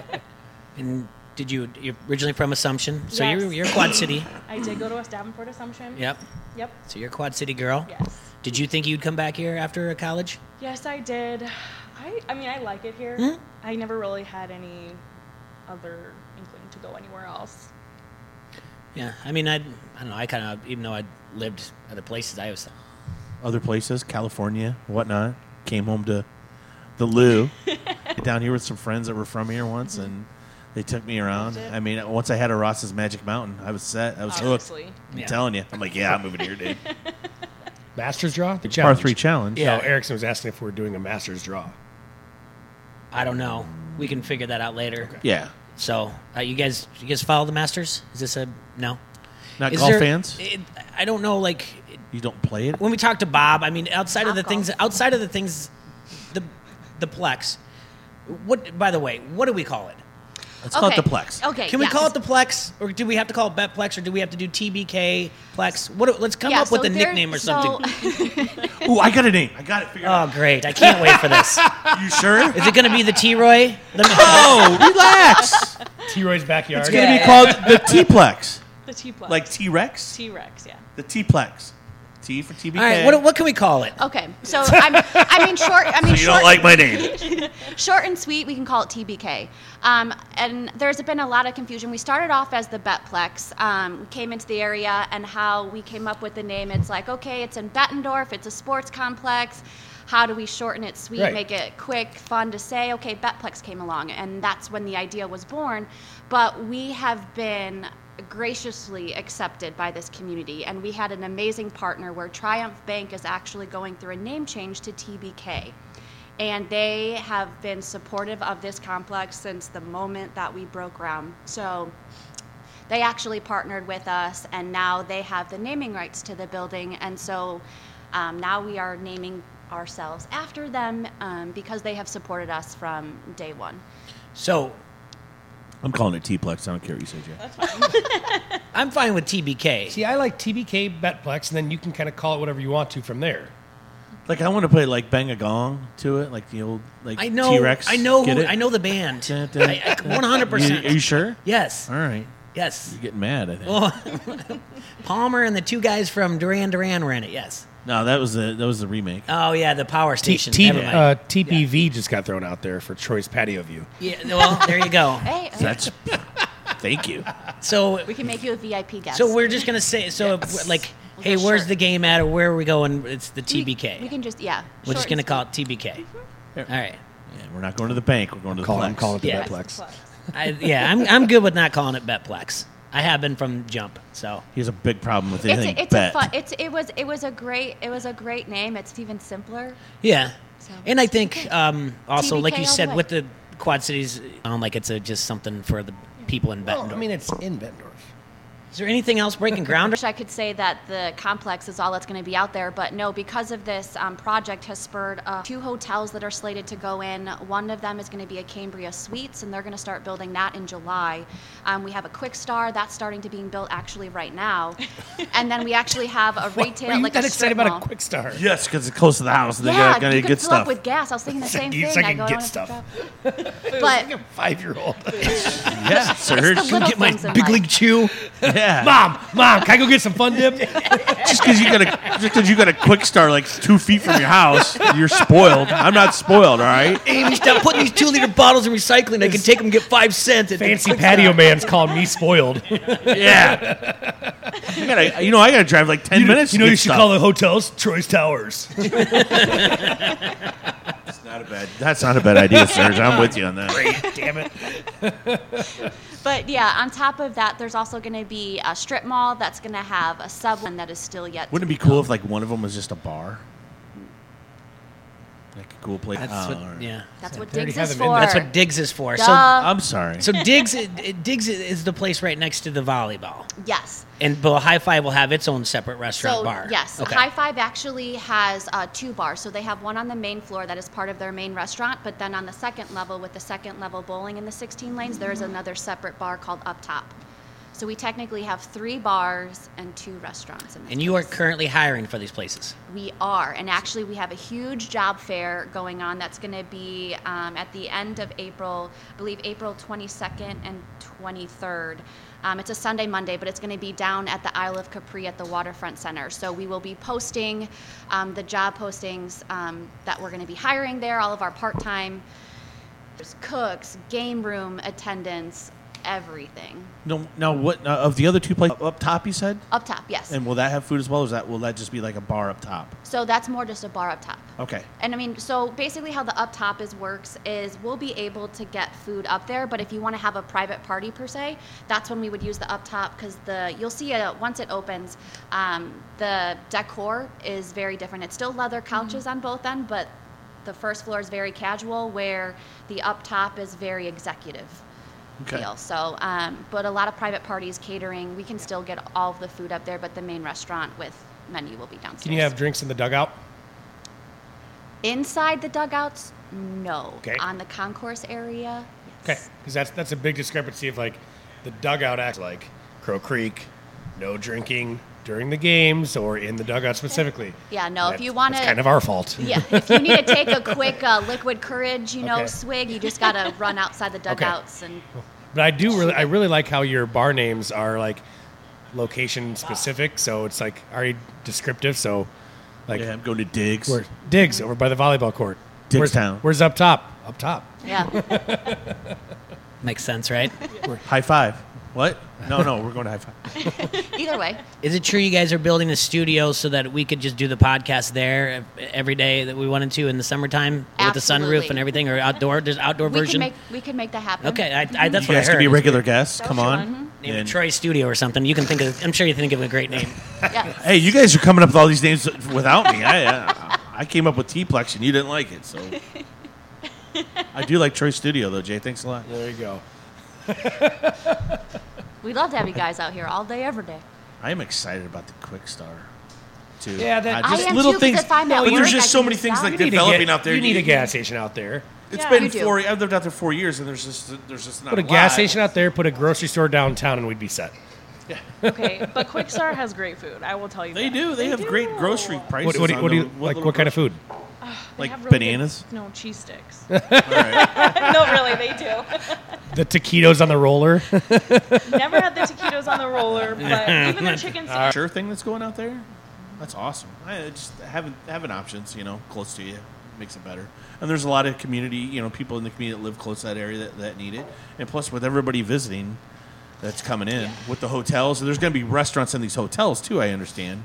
A: And did you? You're originally from Assumption, so
D: Yes.
A: you're, you're Quad City.
D: I did go to West Davenport Assumption.
A: Yep.
D: Yep.
A: So you're a Quad City girl.
D: Yes.
A: Did you think you'd come back here after college?
D: Yes, I did. I, I mean, I like it here. I never really had any other inkling to go anywhere else.
A: Yeah. I mean, I I don't know. I kind of even though I lived other places, I was
B: Other places, California, whatnot. Came home to the Lou. down here with some friends that were from here once, and they took me around.
D: Mm-hmm. Loved it.
B: I mean, once I had a Ross's Magic Mountain, I was set. I was
D: Obviously.
B: hooked. I'm
A: Yeah.
B: telling you. I'm like, yeah, I'm moving here, dude.
E: Masters draw, the
B: Par
E: challenge.
B: three challenge.
E: No,
A: Yeah.
E: Erickson was asking if we were doing a Masters draw.
A: I don't know. We can figure that out later.
B: Yeah.
A: So uh, you guys, you guys follow the Masters? Is this a no?
B: Not
A: Is
B: golf
A: there- eh.
B: fans.
A: It, I don't know. Like
B: you don't play it.
A: when we talk to Bob, I mean, outside of
C: Top
A: the
C: golf.
A: things, outside of the things, the the plex. What? By the way, what do we call it?
B: Let's call it the Plex.
C: Okay.
A: Can we
C: yeah.
A: call it the plex, or do we have to call it betplex, or do we have to do TBK plex? What? do- Let's come
C: Yeah,
A: up with
C: so
A: a
C: there-
A: nickname or
C: so-
A: something.
B: Ooh, I got a name. I got it figured
A: Oh, great! I can't wait for this.
B: out. You sure?
A: Is it going to be the T Roy?
B: oh, relax.
E: T Roy's backyard.
B: It's gonna
D: Yeah,
B: be
D: yeah.
B: called the T-Plex.
D: The T Plex.
B: Like T-Rex.
D: T Rex, yeah.
B: The T-Plex. T for TBK.
A: All right. What, what can we call it?
C: Okay, so I'm, I mean short. I mean
B: you don't
C: short,
B: like my name.
C: short and sweet. We can call it TBK. Um, and there's been a lot of confusion. We started off as the Betplex. Um, we came into the area and how we came up with the name. It's like okay, it's in Bettendorf. It's a sports complex. How do we shorten it sweet,
E: Right.
C: make it quick, fun to say? Okay, Betplex came along, and that's when the idea was born. But we have been graciously accepted by this community and we had an amazing partner where Triumph Bank is actually going through a name change to TBK and they have been supportive of this complex since the moment that we broke ground so they actually partnered with us and now they have the naming rights to the building and so um, now we are naming ourselves after them um, because they have supported us from day one
A: So
B: I'm calling it T-Plex. I don't care what you say, Jeff.
A: I'm fine with TBK.
E: See, I like TBK Betplex, and then you can kind of call it whatever you want to from there.
B: Like I want to play like bang a gong to it, like the old like
A: I know.
B: T-Rex.
A: I know.
B: Get
A: Who,
B: it?
A: I know the band.
B: Da, da, da.
A: One hundred percent. Oh.
B: You- Are you sure?
A: Yes.
B: All right.
A: Yes.
B: You're getting mad. I think.
A: Palmer and the two guys from Duran Duran were in it. Yes.
B: no, that was the that was the remake.
A: Oh yeah, the power
E: T-
A: station.
E: T-
A: Never mind.
E: uh, TPV just got thrown out there for Troy's patio view.
A: yeah. Well, there you go.
C: Hey,
B: That's. thank you.
A: So
C: we can make you a VIP guest.
A: So we're just gonna say so if, like, hey,
C: for
A: where's
C: sure.
A: the game at, or where are we going? It's the
C: We-
A: TBK.
C: We, can just yeah.
A: We're just
C: short
A: gonna
C: Mm-hmm. and
A: call it TBK. All right.
B: Yeah, we're not going to the bank. We're going to the
E: Call, I'm
B: Plex.
E: calling it the
A: Yeah.
E: Betplex.
A: I, yeah, I'm I'm good with not calling it Betplex. I have been from jump. So
B: He has a big problem with
C: It's
B: anything
C: a, it's
B: bet.
C: a fun. It's it was it was a great it was a great name. It's even simpler.
A: yeah,
C: So-
A: and I think um, also
C: TBK
A: like you
C: all the
A: said
C: way.
A: with the Quad Cities, um, like it's a, just something for the people in Bettendorf.
E: Well, Oh, I mean, it's in Bettendorf.
A: Is there anything else breaking ground?
C: Wish I could say that the complex is all that's going to be out there, but no, because of this um, project has spurred uh, two hotels that are slated to go in. One of them is going to be a Cambria Suites, and they're going to start building that in July. Um, we have a Quick Star that's starting to being built actually right now, and then we actually have a retail
E: Were you
C: like
E: that
C: a
E: excited
C: strip
E: about
C: mall.
E: a quick start?
B: yes, because it's close to the house. And they
C: Yeah,
B: got, got
C: you
B: to
C: can
B: get
C: fill
B: stuff.
C: up with gas. I was thinking the same
E: you
C: thing.
E: second
C: I go, I
E: get
C: don't have
E: stuff.
C: to go. but
E: Five year old.
B: yeah, sir.
C: the little
E: Get my
C: things in
E: big
C: life.
E: league chew.
B: Yeah.
E: Mom, mom, can I go get some fun dip?
B: just because you got a just 'cause you got a quick start like two feet from your house, you're spoiled. I'm not spoiled. All right.
A: Amy, stop putting these two liter bottles in recycling. I can take them and get five cents. At the
E: Fancy
A: quick
E: patio
A: stop.
E: man's calling me spoiled. you
B: Yeah. I gotta, you know, I gotta drive like ten
E: know,
B: minutes.
E: you, know you should call the hotels Troy's Towers.
B: That's not a bad. That's not a bad idea, Serge. I'm with you on that.
E: Damn it.
C: But yeah, on top of that, there's also going to be a strip mall that's going to have a sub one that is still yet.
B: Wouldn't it be cool if like one of them was just a bar? Like a cool place.
A: That's
B: Oh,
A: what,
B: all right.
A: yeah.
C: that's what
E: They already
C: Diggs is
E: have 'em in
C: for.
E: there.
A: That's what Diggs is for. So
C: Duh.
B: I'm sorry.
A: So Diggs, it, Diggs is the place right next to the volleyball,
C: yes.
A: and but High Five will have its own separate restaurant
C: so
A: bar.
C: yes,
A: Okay.
C: High Five actually has uh, two bars. So they have one on the main floor that is part of their main restaurant, but then on the second level, with the second level bowling and the 16 lanes, there is another separate bar called Up Top. So we technically have three bars and two restaurants. In this
A: And you are
C: place.
A: currently hiring for these places.
C: We are, and actually, we have a huge job fair going on that's going to be um, at the end of April, I believe April 22nd and 23rd. Um, it's a Sunday, Monday, but it's going to be down at the Isle of Capri at the Waterfront Center. So we will be posting um, the job postings um, that we're going to be hiring there, all of our part time cooks, game room attendants, everything.
B: No, now what now of the other two places up top? You said,
C: Up top, yes.
B: and will that have food as well? Or is that will that just be like a bar up top?
C: so that's more just a bar up top.
B: Okay.
C: And I mean, so basically, how the up top is works is we'll be able to get food up there, but if you want to have a private party per se, that's when we would use the up top because the you'll see uh once it opens, um, the decor is very different. It's still leather couches on both end, but the first floor is very casual, where the up top is very executive.
B: Okay.
C: Deal. So, um, but a lot of private parties, catering, we can still get all of the food up there, but the main restaurant with menu will be downstairs.
E: Can you have drinks in the dugout?
C: Inside the dugouts, no.
E: Okay.
C: On the concourse area,
E: Okay,
C: yes.
E: because that's that's a big discrepancy of like the dugout act, like Crow Creek, no drinking during the games or in the dugout specifically.
C: Yeah, no, if
E: That-
C: you wanna-
E: that's kind of our fault.
C: Yeah, if you need to take a quick uh, liquid courage, you know,
E: Okay.
C: swig, you just gotta run outside the dugouts and
E: But I do really, I really like how your bar names are like location specific, so it's like already descriptive. So, like,
B: Yeah, I'm going to Diggs.
E: where Diggs over by the volleyball court. Where's-
B: Diggstown.
E: Where's up top? Up top.
C: yeah.
A: Makes sense, right?
B: High five. What? No, no, we're going to high five.
C: Either way,
A: Is it true you guys are building a studio so that we could just do the podcast there every day that we wanted to in the summertime with the sunroof
C: Absolutely.
A: and everything, or outdoor? There's outdoor
C: we
A: version.
C: could make Mm-hmm. we could make that happen.
A: okay, I, I, that's
B: you
A: what I
B: guys
A: heard.
B: can be regular guests. Come
D: sure.
B: on.
A: Name it
B: And-
A: Troy Studio or something. You can think of. I'm sure you think of a great name.
C: Yeah.
B: Hey, you guys are coming up with all these names without me. I, I, I came up with T-Plex and you didn't like it, so. I do like Troy Studio though, Jay. Thanks a lot.
E: There you go.
C: We'd love to have you guys out here all day, every day.
B: I am excited about the Quick Star, too.
E: Yeah, that-
B: I
E: I
B: just
C: am
B: little
C: too, 'cause
B: things.
C: if I'm at
B: but
C: work,
B: there's
C: I
B: just so
C: can
B: many
C: just
B: things
C: stop.
B: like
C: You
E: need a ga-
B: developing out there.
E: You need a gas station out there.
B: It's
D: Yeah,
B: been
C: you do.
B: four. I've lived out there four years, and there's just there's just not
E: Put a
B: lot.
E: gas station out there. Put a grocery store downtown, and we'd be set.
D: Okay, but Quick Star has great food. I will tell you.
B: They
D: that.
B: do. They, have great grocery
D: do.
B: prices.
E: What, what, do you,
B: on
E: what do you
B: the-
E: like?
B: little
E: What kind of food?
D: They
B: Like
D: have really good-
B: bananas?
D: no, cheese sticks.
B: All right.
D: no, really, they do.
E: The taquitos on the roller.
D: Never had the taquitos on the roller, but even their chicken sticks.
B: Sure thing that's going out there. That's awesome. I just having having options, you know, close to you makes it better. And there's a lot of community, you know, people in the community that live close to that area that, that need it. And plus, with everybody visiting, that's coming in with the hotels. And there's going to be restaurants in these hotels too. I understand.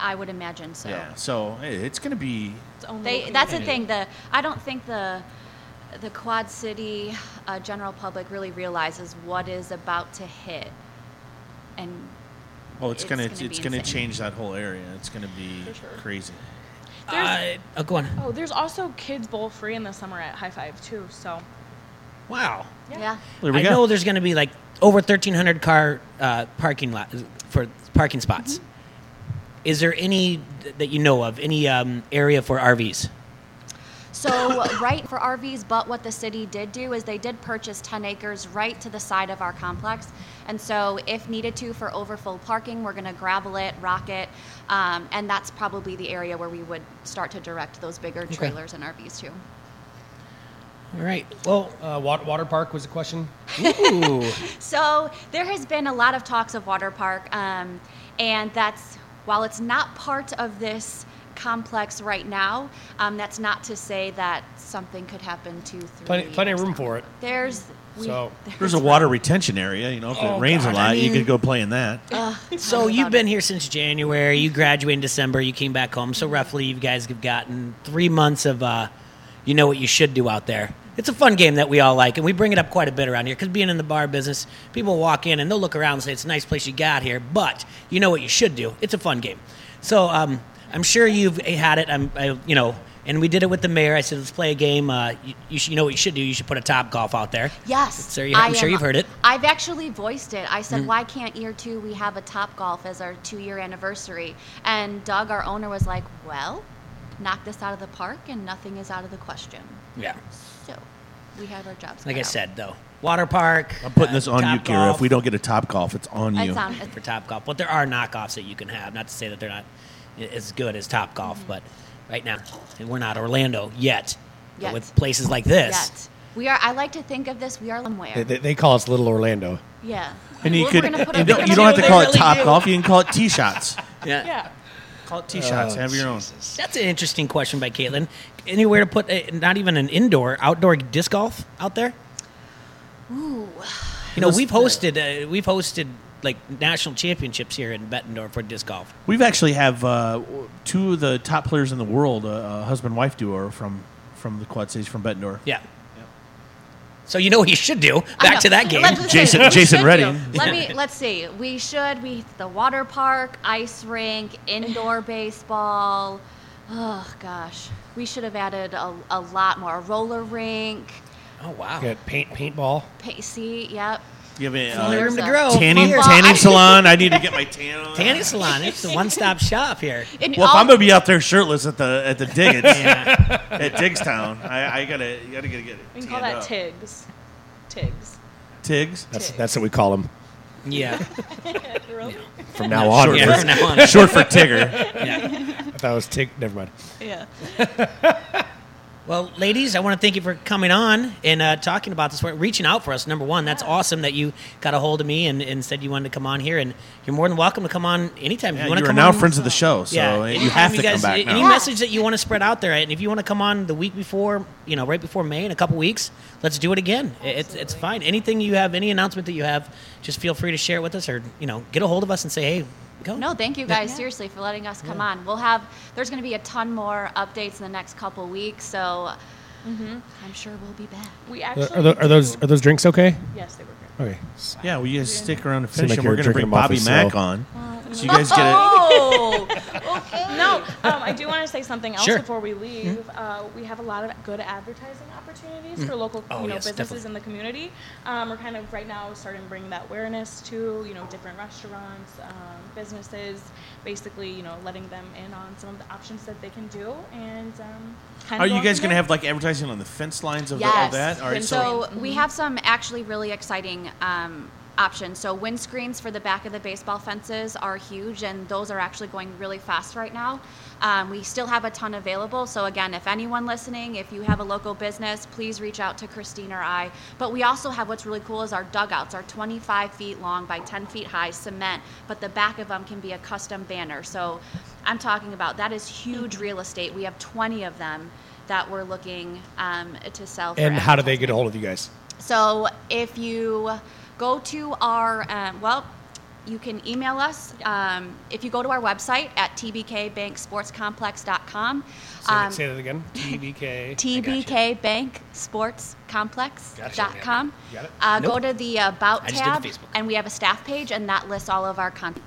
C: I would imagine so.
B: Yeah. So hey, it's going to be
D: It's only
C: They,
D: what
C: that's
D: we
C: the
D: eat.
C: thing. The I don't think the the Quad City uh, general public really realizes what is about to hit, and
B: well. It's,
C: It's
B: going
C: gonna
B: to
C: be
B: it's going to
C: insane.
B: change that whole area. It's going to be
D: For sure.
B: crazy.
A: Uh, oh, go on.
D: Oh, there's also kids bowl free in the summer at High Five too. So
B: Wow.
C: yeah.
B: There we
A: I
B: go.
A: know there's going to be like over 1,300 car uh, parking lot for parking spots.
C: Mm-hmm.
A: Is there any that you know of any um, area for RVs?
C: So right for RVs, but what the city did do is they did purchase 10 acres right to the side of our complex. And so if needed to for overfull parking, we're going to gravel it, rock it, um, and that's probably the area where we would start to direct those bigger trailers and RVs to.
A: All right. Well,
E: Uh, water, water park was a question.
A: ooh.
C: So there has been a lot of talks of water park, um, and that's while it's not part of this complex right now, um, that's not to say that something could happen two, three.
E: Plenty, plenty of
C: years
E: room
C: down.
E: for it.
C: There's we,
E: So-
B: There's a water retention area. You know, if it rains a lot, you could go play in that.
A: so
C: Tell me
A: you've
C: about
A: been here since January. You graduated in December. You came back home. So roughly, you guys have gotten three months of uh, you know what you should do out there. It's a fun game that we all like, and we bring it up quite a bit around here because being in the bar business, people walk in and they'll look around and say, It's a nice place you got here, but you know what you should do. It's a fun game. So um, I'm sure you've had it, I'm, I, you know, and we did it with the mayor. I said, Let's play a game. Uh, you, you, should, you know what you should do? You should put a top golf out there.
C: Yes.
A: So you- I'm
C: I
A: sure
C: am-
A: you've heard it. Mm.
C: I've actually voiced it. I said, why can't year two we have a Top Golf as our two year anniversary? And Doug, our owner, was like, well, knock this out of the park and nothing is out of the question.
A: Yeah.
C: So we have our jobs.
A: Like I
C: cut out.
A: said, though, water park.
B: I'm putting this
A: uh,
B: on you,
A: Top
B: Kira. If
A: Golf.
B: we don't get a top golf, it's on you.
C: It's on- it's-
A: for Top Golf. But there are knockoffs that you can have. Not to say that they're not i- as good as Top Golf,
C: Mm-hmm.
A: but right now, and we're not Orlando yet. But
C: Yet.
A: with places like this,
C: yet. We are, I like to think of this, we are somewhere.
E: They, they- they call us Little Orlando.
C: yeah.
B: And you
C: We're
B: could,
C: gonna put
B: and
C: a-
B: don't-
C: we're
B: you
C: gonna
B: don't have
C: do
B: to
C: what
B: call
A: they
B: it
A: really
B: top
A: do.
B: golf. You can call it tee shots.
A: yeah.
D: yeah,
B: Call it tee shots. Have your own.
A: Uh, That's an interesting question by Caitlin. Anywhere to put a, not even an indoor, outdoor disc golf out there?
C: Ooh.
A: You know, we've hosted uh, we've hosted like national championships here in Bettendorf for disc golf.
B: We've actually have uh, two of the top players in the world, uh, uh, husband wife duo, are from from the Quad Cities from Bettendorf.
A: Yeah. So you know what you should do.
C: I
A: Back
C: know.
A: to that game.
C: Let's just
B: Jason-
C: say, we
B: Jason
C: should do.
B: Redding.
C: Let me let's see. We should we the water park, ice rink, indoor baseball. Oh gosh, we should have added a, a lot more. A roller rink,
A: Oh wow.
E: Got paint paintball.
C: pacey. Yep.
B: You have a,
A: Only
B: uh,
A: room to
C: There's a
A: grow.
B: tanning
A: Here.
B: tanning salon. I need to get my tan on.
A: Tanning salon. It's a one stop shop here.
C: And
B: Well, if
C: all-
B: I'm gonna be out there shirtless at the at the Diggins at Diggstown, I, I gotta you gotta get get it.
D: we can call
B: tanned
D: that
B: up.
D: Tigs. Tigs.
B: Tiggs.
E: That's
D: Tig.
E: that's what we call them
A: Yeah.
D: really?
E: from now on.
B: sure.
A: Yeah,
E: really.
A: from now on.
B: Short for Tigger.
A: Yeah.
E: I thought it was tick. Never mind.
D: Yeah.
A: Well, ladies, I want to thank you for coming on and uh, talking about this, reaching out for us. Number one, that's awesome that you got a hold of me and, and said you wanted to come on here. And you're more than welcome to come on anytime. If
B: Yeah,
A: you want
B: you
A: to
B: are
A: come
B: now
A: on,
B: friends of the show, so
A: Yeah,
B: you
A: anytime
B: have to
A: guys,
B: come back
A: Any
B: now.
C: Yeah.
A: message that you want to spread out there, and if you want to come on the week before, you know, right before May in a couple weeks, let's do it again. I- It's it's
D: Absolutely.
A: fine. Anything you have, any announcement that you have, just feel free to share it with us, or you know, get a hold of us and say, hey, go.
C: oh, No, thank you guys seriously for letting us come on. We'll have there's going to be a ton more updates in the next couple weeks, so
A: Mm-hmm.
C: I'm sure we'll be back.
D: We actually
E: Are, tho- are those are those drinks okay?
D: Yes, they were great.
E: Okay.
B: Yeah, well, you guys stick around to finish,
E: like
B: and
E: you
B: we're
E: were
B: going to bring
E: drinking them off
B: Bobby
E: his
B: Mack
E: cell.
B: on. So you guys get it.
C: Oh,
D: No, um, I do want to say something else
A: Sure.
D: before we leave. Uh, we have a lot of good advertising opportunities for local
A: Oh,
D: you know,
A: yes,
D: businesses
A: definitely.
D: in the community. Um, we're kind of right now starting to bring that awareness to you know different restaurants, um, businesses, basically you know letting them in on some of the options that they can do and. Um, kind
B: Are
D: of
B: you
D: going
B: guys
D: from
B: going to
D: there.
B: have like advertising on the fence lines of the, all
C: Yes.
B: that? All right,
C: so we have some actually really exciting um, options. So wind screens for the back of the baseball fences are huge, and those are actually going really fast right now. Um, we still have a ton available. So again, if anyone listening, if you have a local business, please reach out to Christine or I. But we also have what's really cool is our dugouts are 25 feet long by 10 feet high cement, but the back of them can be a custom banner. So I'm talking about that is huge real estate. We have 20 of them that we're looking um, to sell. For
E: And how do they
C: advertising.
E: get a hold of you guys?
C: So if you go to our, um, well, you can email us. Um, if you go to our website at tbkbanksportscomplex.com,
E: Say,
C: um,
E: say that again. TBK.
C: tbkbanksportscomplex.com,
E: You got it?
C: uh,
A: Nope.
C: go to the About
A: I just did the
C: tab,
A: Facebook.
C: and we have a staff page, and that lists all of our content.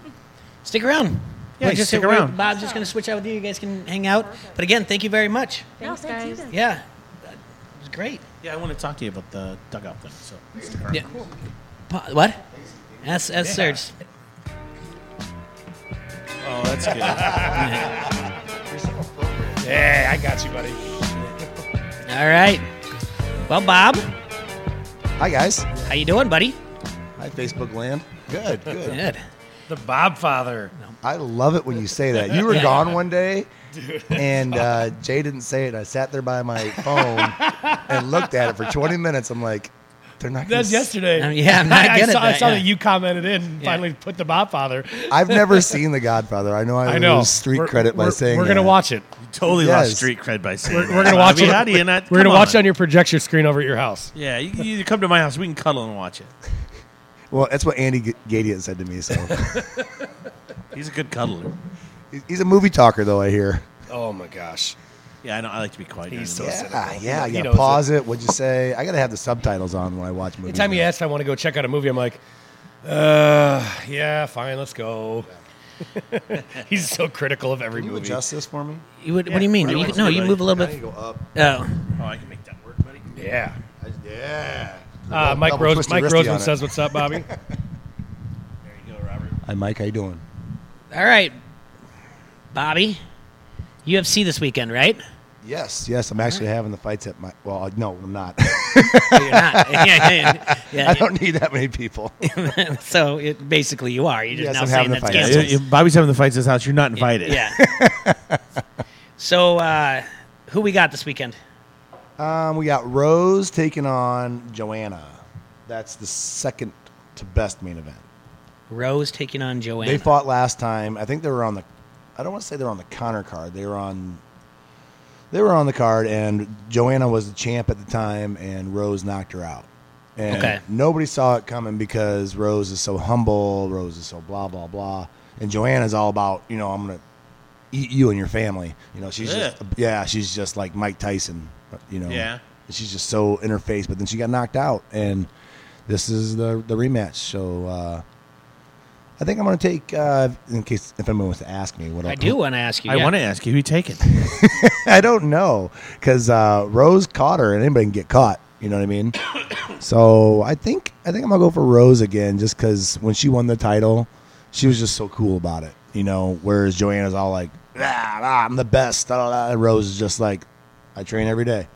A: Stick around.
B: Yeah,
A: We're just
B: stick
A: we're-
B: around.
A: Bob's just going to switch out with you. You guys can hang out. But again, thank you very much.
D: Thanks, guys.
A: Yeah, it was great.
B: Yeah, I want to talk to you about the dugout thing. So
A: Yeah. Pa- What? That's that's
E: Yeah.
A: Serge.
B: Oh, that's good.
E: Hey, I got you, buddy.
A: All right. Well, Bob,
F: Hi guys.
A: how you doing, buddy?
F: Hi Facebook land. Good, good.
A: Good.
E: The Bob Father.
F: I love it when you say that. You were
A: Yeah.
F: gone one day, and uh, Jay didn't say it. I sat there by my phone and looked at it for 20 minutes. I'm like, they're not. gonna
E: That's
F: s-
E: yesterday.
A: Um, yeah, I'm not
E: I, I
A: good at
E: saw, I
A: that,
E: saw
A: yeah.
E: that you commented in and
A: Yeah.
E: finally put the Bob Father.
F: I've never seen The Godfather. I know I,
E: I know.
F: lose street
E: We're-
F: credit by
E: we're-
F: saying
E: We're going to
F: that.
E: watch it.
B: totally lost
F: Yes.
B: street cred by saying
E: We're going to watch it.
B: How do you not?
E: We're going
B: come
E: to watch it on your projector screen over at your house.
B: Yeah, you, you come to my house. We can cuddle and watch it.
F: Well, that's what Andy G- Gadia said to me. So
B: He's a good cuddler.
F: He- he's a movie talker, though. I hear.
E: Oh, my gosh.
B: Yeah, I know. I like to be quiet. uh, during
E: He's
B: the
E: so
B: movie.
E: sad.
F: Ah, yeah.
E: He
F: I gotta
E: knows
F: pause it. What'd you say? I gotta have the subtitles on when I watch movies.
E: Anytime he
F: now.
E: asks if I want to go check out a movie, I'm like, uh, yeah, fine, let's go. He's so critical of every
F: Can you
E: movie.
F: adjust this for me?
A: You would, what do you mean?
B: I
A: You,
B: like
A: no,
B: to
A: you
B: do
A: move a
B: that.
A: little
F: I need
A: bit.
F: to go up.
A: Oh,
B: Oh, I can make that work, buddy.
E: Yeah.
F: I- Yeah.
E: Uh,
F: Double-
E: Mike,
F: double
E: Rose,
F: twisty
E: Mike
F: wristy on
E: Roseman
F: it.
E: says, "What's up, Bobby?"
B: There you go, Robert.
F: Hi, Mike. How you doing?
A: all right, Bobby. UFC this weekend, right?
F: Yes, yes. I'm actually having the fights at my. Well, no, I'm not.
A: No, you're not. yeah, yeah, yeah.
F: I don't need that many people.
A: so it, basically, you are. You're just
F: Yes,
A: now
F: I'm
A: saying
F: having
A: that's
F: the
B: Yeah,
F: fight.
A: canceled.
F: Yes.
B: if Bobby's having the fights at his house. You're not invited.
A: Yeah. so, uh, who we got this weekend?
F: um, we got Rose taking on Joanna. That's the second to best main event.
A: Rose taking on Joanna.
F: They fought last time. I think they were on the. I don't want to say they're on the Connor card. They were on. They were on the card, and Joanna was the champ at the time, and Rose knocked her out. And
A: Okay.
F: nobody saw it coming because Rose is so humble. Rose is so blah blah blah, and Joanna's all about you know I'm gonna eat you and your family. You know she's just
B: Ugh.
F: yeah she's just like Mike Tyson. You know
B: Yeah.
F: she's just so in her face. But then she got knocked out, and this is the the rematch. So. uh I think I'm going to take, uh, in case if anyone wants to ask me what
A: I do want to ask you.
B: I
A: yeah.
B: want to ask you who you taking.
F: I don't know because uh, Rose caught her, and anybody can get caught. You know what I mean? so I think I think I'm gonna go for Rose again, just because when she won the title, she was just so cool about it. You know, whereas Joanna's all like, ah, ah, "I'm the best." da, da, da," and Rose is just like, "I train every day.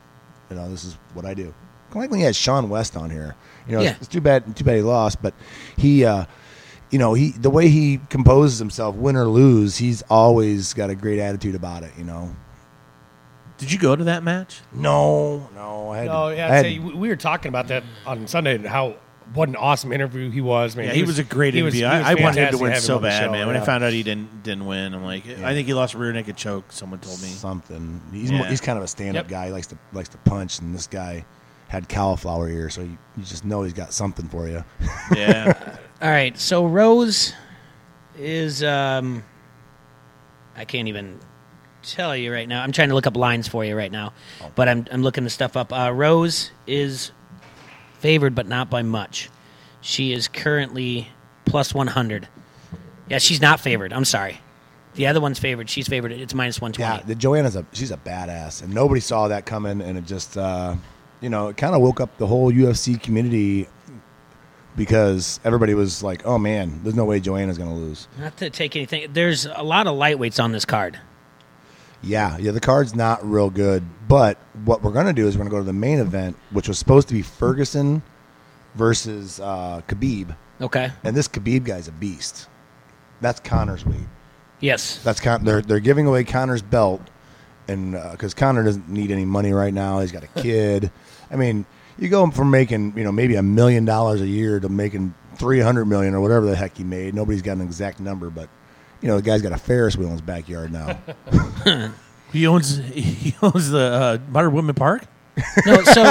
F: You know, this is what I do." Kind of like when he had Sean West on here. You know,
A: Yeah.
F: it's, it's too bad too bad he lost, but he. Uh, you know he the way he composes himself win or lose he's always got a great attitude about it you know
B: Did you go to that match?
F: no, no. I had
E: No,
F: to,
E: yeah,
F: I
E: I'd
F: had
E: say
F: to-
E: we we were talking about that on Sunday and how what an awesome interview he was. Man,
B: Yeah, he, was, a great
E: he was-
B: interview.
E: he was
B: I, I wanted him to
E: fantastic
B: win
E: have him
B: so
E: on the
B: bad,
E: show,
B: man. When I
E: yeah.
B: found out he didn't didn't win, I'm like, I think he lost rear naked choke. Someone told me.
F: something. He's
B: Yeah.
F: mo- he's kind of a
E: Yep.
F: stand-up guy. He likes to likes to punch, and this guy had cauliflower ear, so you, you just know he's got something for you.
B: Yeah,
A: All right. So Rose is. Um, I can't even tell you right now. I'm trying to look up lines for you right now,
F: Oh.
A: but I'm I'm looking this stuff up. Uh, Rose is favored, but not by much. She is currently plus 100. Yeah, she's not favored. I'm sorry. The other one's favored. She's favored. It's minus
F: yeah,
A: 120.
F: the, Joanna's a she's a badass, and nobody saw that coming, and it just uh, you know it kind of woke up the whole UFC community because everybody was like, oh man, there's no way Joanna's gonna lose.
A: Not to take anything. There's a lot of lightweights on this card.
F: Yeah, yeah, the card's not real good. But what we're going to do is we're going to go to the main event, which was supposed to be Ferguson versus uh, Khabib.
A: Okay.
F: And this Khabib guy's a beast. That's Connor's weight.
A: Yes.
F: That's Con- they're they're giving away Connor's belt, and because Connor doesn't need any money right now, he's got a kid. I mean, you go from making you know maybe a million dollars a year to making three hundred million or whatever the heck he made. Nobody's got an exact number, but you know the guy's got a Ferris wheel in his backyard now.
B: He owns he owns the uh, Modern Women Park.
A: No. So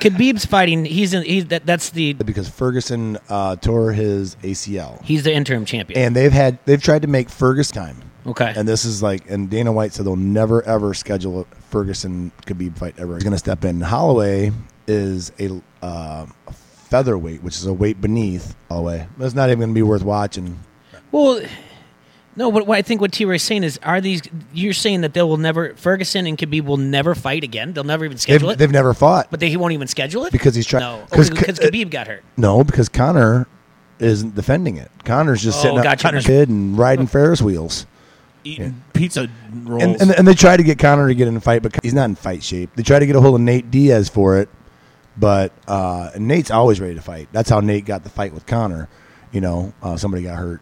A: Khabib's fighting. He's in. He's that. That's the.
F: because Ferguson uh, tore his ACL,
A: He's the interim champion.
F: and they've had they've tried to make Fergus time.
A: okay.
F: And this is like, and Dana White said they'll never ever schedule a Ferguson Khabib fight ever. He's going to step in. Holloway is a, uh, a featherweight, which is a weight beneath Holloway. It's not even going to be worth watching.
A: well. No, what, what I think what T Ray's saying is, are these? You're saying that they will never Ferguson and Khabib will never fight again. They'll never even
F: They've,
A: schedule it.
F: they've never fought.
A: but they, he won't even schedule it
F: Because he's try-
A: No, oh, because
F: 'cause K-
A: Khabib got hurt.
F: no, because Connor isn't defending it. Connor's just
A: Oh,
F: sitting up
A: gotcha.
F: cutting kid and riding Ferris wheels.
B: Eating pizza rolls.
F: And, and and they tried to get Connor to get in a fight, but he's not in fight shape. They tried to get a hold of Nate Diaz for it, but uh, and Nate's always ready to fight. That's how Nate got the fight with Connor. You know, uh, somebody got hurt,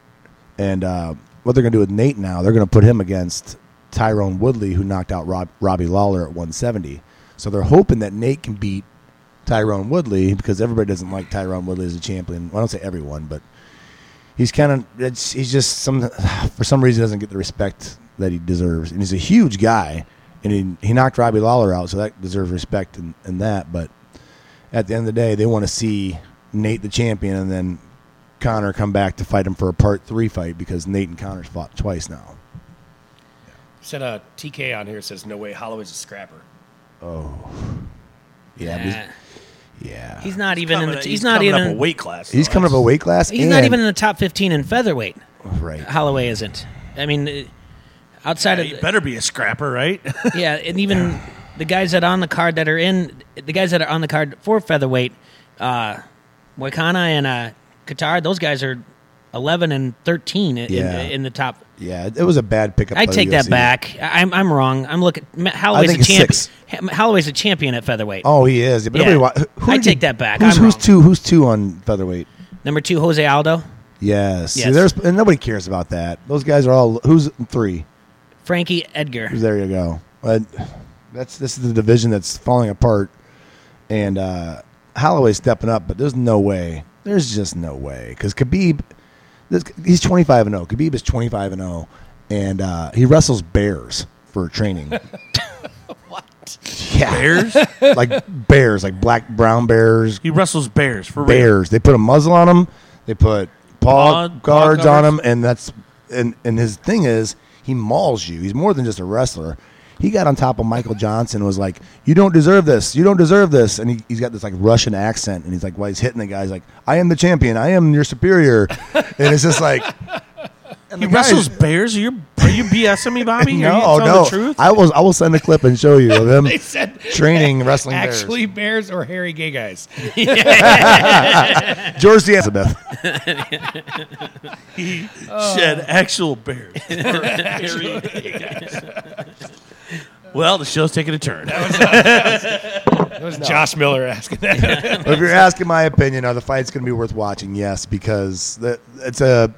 F: and uh, what they're going to do with Nate now? They're going to put him against Tyrone Woodley, who knocked out Rob, Robbie Lawler at 170. So they're hoping that Nate can beat Tyrone Woodley because everybody doesn't like Tyrone Woodley as a champion. Well, I don't say everyone, but he's kind of it's, he's just some for some reason doesn't get the respect that he deserves and he's a huge guy and he, he knocked robbie lawler out so that deserves respect and, and that but at the end of the day they want to see nate the champion and then connor come back to fight him for a part three fight because nate and connor's fought twice now
E: Said a TK on here says no way Holloway's a scrapper.
F: Oh.
A: Nah.
F: yeah but he's, yeah
A: He's not even. In
B: Coming
A: the,
B: up-
A: he's, not
B: coming
A: even.
B: up a weight class.
F: he's
B: though.
F: coming up a weight class
A: He's not
F: and-
A: even in the top 15 in featherweight.
F: right
A: Holloway isn't. I mean, uh, outside
B: He
A: of
B: better be a scrapper, right?
A: yeah, and even the guys that are on the card that are in the guys that are on the card for featherweight, uh, Moicano and uh, Qatar, those guys are 11 and 13 in,
F: Yeah.
A: in, in the top.
F: yeah it was a bad pickup
A: I
F: by the
A: take that
F: UFC.
A: back. I- I'm I'm wrong. I'm looking. Ma- Holloway's
F: think
A: a
F: it's
A: champion.
F: six.
A: Holloway's a champion at featherweight.
F: oh he is but
A: Yeah.
F: nobody wa- who
A: I
F: did you-
A: take that back.
F: who's,
A: I'm
F: who's
A: wrong.
F: two who's two on featherweight
A: Number two, Jose Aldo,
F: Yes. See,
A: Yes.
F: there's and nobody cares about that. Those guys are all who's in three.
A: Frankie Edgar.
F: There you go. But that's this is the division that's falling apart, and uh, Holloway's stepping up, but there's no way. There's just no way because Khabib, this, he's 25 and 0. Khabib is 25 and 0, and uh, he wrestles bears for training. Yeah,
B: bears.
F: like bears, like black brown bears,
B: He wrestles bears for real.
F: bears. They put a muzzle on him. They put
B: Paw-
F: paw,
B: paw
F: guards on
B: covers.
F: him, and that's and and his thing is he mauls you. He's more than just a wrestler. He got on top of Michael Johnson and was like, "You don't deserve this. You don't deserve this." And he, he's got this like Russian accent, and he's like, "Why he's hitting the guy?" He's like, "I am the champion. I am your superior." and it's just like and
B: He
F: the guy's-
B: wrestles bears. Are you are you BSing me, Bobby? Are you
F: No,
B: telling
F: no.
B: The truth?
F: I will. I will send a clip and show you of him
E: They said
F: training wrestling.
E: actually bears or hairy gay guys.
F: bears. George the Elizabeth.
B: he shed actual bears. well, the show's taking a turn.
E: Josh Miller asking that.
F: But if you're asking my opinion, are the fights going to be worth watching? Yes, because the, it's a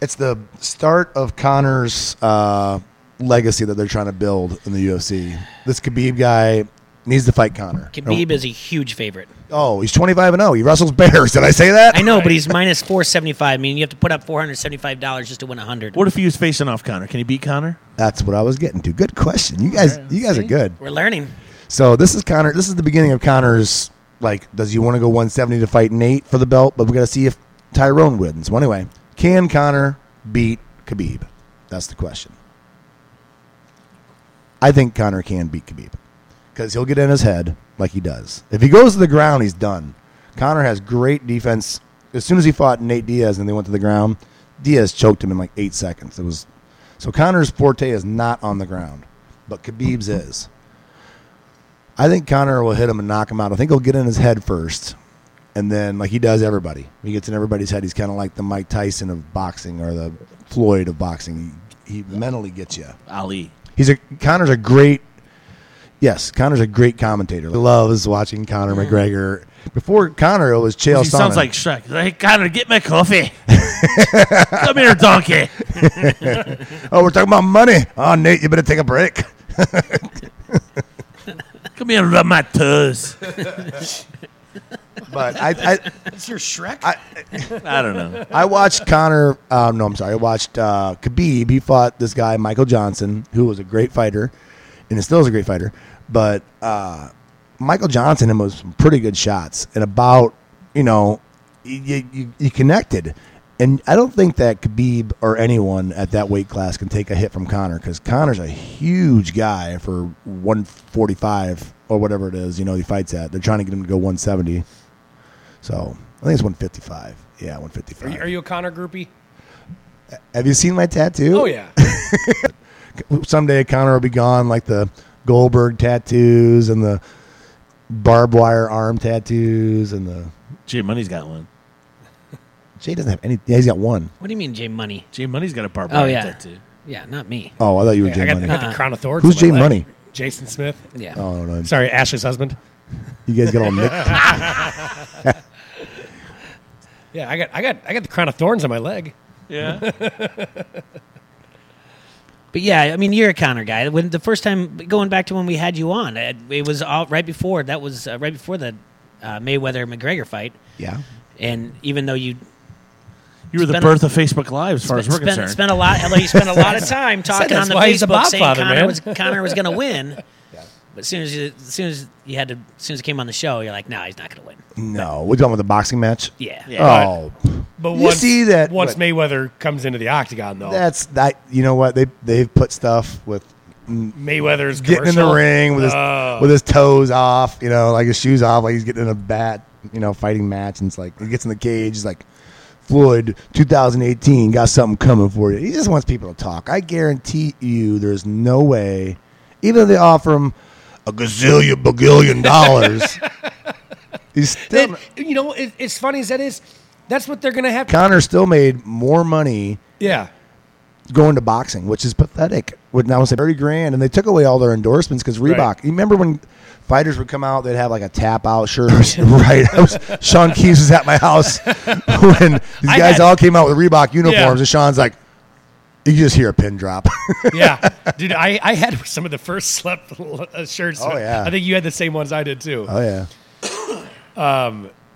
F: it's the start of Connor's uh, legacy that they're trying to build in the UFC. This Khabib guy needs to fight Connor.
A: Khabib is a huge favorite.
F: Oh, he's 25 and 0. He wrestles bears. Did I say that?
A: I know, but he's minus four seventy five. I mean, you have to put up four hundred seventy five dollars just to win hundred.
B: What if he was facing off Connor? Can he beat Connor?
F: That's what I was getting to. Good question. You guys, you guys are good.
A: We're learning.
F: So this is Connor. This is the beginning of Connor's like. Does he want to go 170 to fight Nate for the belt? But we got to see if Tyrone wins. Well, anyway, can Connor beat Khabib? That's the question. I think Connor can beat Khabib because he'll get in his head like he does. If he goes to the ground, he's done. Connor has great defense. As soon as he fought Nate Diaz and they went to the ground, Diaz choked him in like eight seconds. It was so Connor's forte is not on the ground, but Khabib's is. I think Connor will hit him and knock him out. I think he'll get in his head first, and then like he does everybody, he gets in everybody's head. He's kind of like the Mike Tyson of boxing or the Floyd of boxing. He, he mentally gets you.
B: Ali.
F: He's a Connor's a great Yes, Connor's a great commentator. Loves watching Connor McGregor. Before Connor, it was Chael
B: He sounds
F: Sonnen.
B: like Shrek. He's Like, Connor, get my coffee. Come here, donkey.
F: oh, we're talking about money. Oh, Nate, you better take a break.
B: Come here, and rub my toes.
F: But I, I,
G: It's your Shrek.
F: I,
B: I don't know.
F: I watched Connor. Um, no, I'm sorry. I watched uh, Khabib. He fought this guy Michael Johnson, who was a great fighter, and it still is a great fighter. But uh, Michael Johnson him was some pretty good shots, and about you know, you, you, you connected. And I don't think that Khabib or anyone at that weight class can take a hit from Connor because Connor's a huge guy for 145 or whatever it is. You know, he fights at. They're trying to get him to go 170. So I think it's 155. Yeah, 155.
E: Are you, are you a Connor groupie?
F: Have you seen my tattoo?
E: Oh yeah.
F: Someday Connor will be gone, like the Goldberg tattoos and the barbed wire arm tattoos and the
B: Jay Money's got one.
F: Jay doesn't have any. Yeah, he's got one.
A: What do you mean, Jay Money?
B: Jay Money's got a barbed
A: Oh
B: wire
A: yeah,
B: tattoo.
A: yeah, not me.
F: Oh, I thought you were
E: I
F: Jay
E: got, I
F: Money.
E: got the crown of thorns.
F: Who's
E: on my
F: Jay
E: leg.
F: Money?
E: Jason Smith.
A: Yeah,
F: Oh no,
E: Sorry, Ashley's husband.
F: you guys get all mixed.
E: Yeah, I got I got I got the crown of thorns on my leg.
B: Yeah.
A: but yeah, I mean, you're a counter guy. When the first time going back to when we had you on, it, it was all right before that was uh, right before the uh, Mayweather McGregor fight,
F: yeah,
A: and even though you
B: You were the
A: Spent-
B: birth of Facebook Live, as far as
A: spent,
B: we're
A: spent,
B: concerned.
A: spent a lot, although you spent a lot of time talking
E: that's
A: on the
E: why he's a
A: Facebook saying
E: Bobfather,
A: Connor
E: man.
A: was Connor was going to win. But as soon as you, as soon as you had to, as soon as it came on the show, you're like, no, he's not going to win.
F: no, we're talking about the boxing match.
A: Yeah.
B: Yeah.
F: Oh,
E: But
F: You
E: once,
F: see that-
E: once
F: what-
E: Mayweather comes into the octagon, though,
F: that's that. You know what they they've put stuff with
E: Mayweather's
F: getting in the
E: commercial-
F: ring with his
E: Oh.
F: with his toes off, you know, like his shoes off, like he's getting in a bat, you know, fighting match, and it's like he gets in the cage, he's like Floyd, 2018, got something coming for you. He just wants people to talk. I guarantee you, there's no way, even if they offer him a gazillion bagillion dollars, he's still.
E: That- you know, it, it's funny as that is, that's what they're gonna have.
F: Connor still made more money
E: yeah,
F: going to boxing, which is pathetic. With now it's thirty grand, and they took away all their endorsements because Reebok.
E: Right.
F: You remember when fighters would come out, they'd have like a tap out shirt, right? I was, Sean Keys was at my house when these
E: I
F: guys
E: had-
F: all came out with Reebok uniforms,
E: Yeah.
F: and Sean's like, "You just hear a pin drop."
E: yeah, dude. I, I had some of the first slept uh, shirts.
F: Oh, yeah.
E: I think you had the same ones I did too.
F: oh yeah,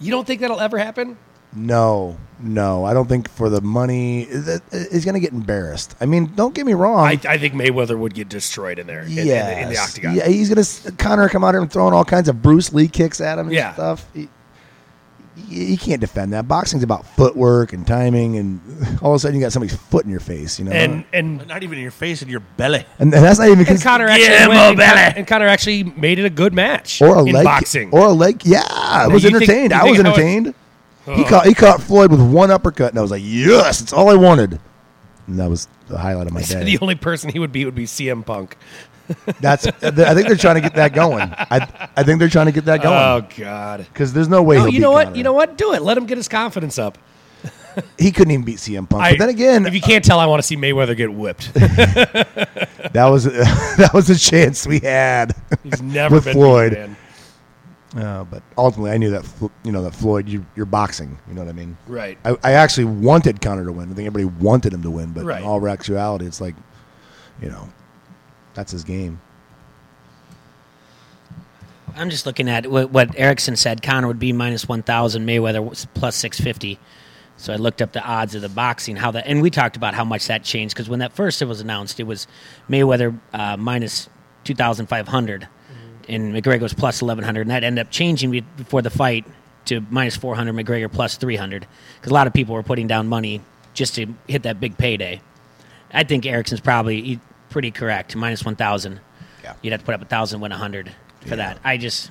E: you don't think that'll ever happen?
F: no, no, I don't think for the money, is it- he's gonna get embarrassed. I mean, don't get me wrong.
E: I, I think Mayweather would get destroyed in there. in- in the- in,
F: Yes.
E: the octagon.
F: Yeah, he's gonna s- Connor come out here and throwing all kinds of Bruce Lee kicks at him and
E: Yeah.
F: stuff. He, he- he can't defend that. Boxing's about footwork and timing, and all of a sudden you got somebody's foot in your face, you know.
E: And and
B: Not even in your face, in your belly.
F: and, and that's not even
E: and
F: cons-
E: Connor actually
B: Yeah,
E: went,
B: Mo
E: and, Con-
B: Belly.
E: and Connor actually made it a good match
F: or a
E: in
F: leg
E: boxing.
F: or a leg. Yeah, I was
E: you think-
F: entertained.
E: you
F: I
E: think how
F: was
E: it- Uh-huh.
F: entertained. He caught he caught Floyd with one uppercut, and I was like, yes, it's all I wanted. And that was the highlight of my
E: So
F: day.
E: the only person he would beat would be CM Punk.
F: That's I think they're trying to get that going. I I think they're trying to get that going
E: Oh God!
F: because there's no way.
E: Oh,
F: he'll
E: you know
F: beat
E: what?
F: Connor.
E: You know what? Do it. Let him get his confidence up.
F: He couldn't even beat CM Punk.
E: I-
F: but then again, uh,
E: if you can't tell, I want to see Mayweather get whipped.
F: That was that was a chance we had.
E: He's never
F: With
E: been
F: Floyd.
E: beaten, man.
F: Uh, but ultimately, I knew that Flo- you know that Floyd, you, you're boxing. You know what I mean?
E: Right.
F: I, I actually wanted Connor to win. I think everybody wanted him to win, but
E: Right.
F: in all actuality, it's like, you know, that's his game.
A: I'm just looking at what, what Erickson said. Connor would be minus 1,000. Mayweather was plus 650. So I looked up the odds of the boxing, how that, and we talked about how much that changed because when that first it was announced, it was Mayweather uh, minus 2,500 and McGregor was plus 1,100. And that ended up changing be- before the fight to minus 400, McGregor plus 300 because a lot of people were putting down money just to hit that big payday. I think Erickson's probably he- pretty correct, minus 1,000.
F: Yeah.
A: You'd have to put up 1,000, win 100 for that. I just.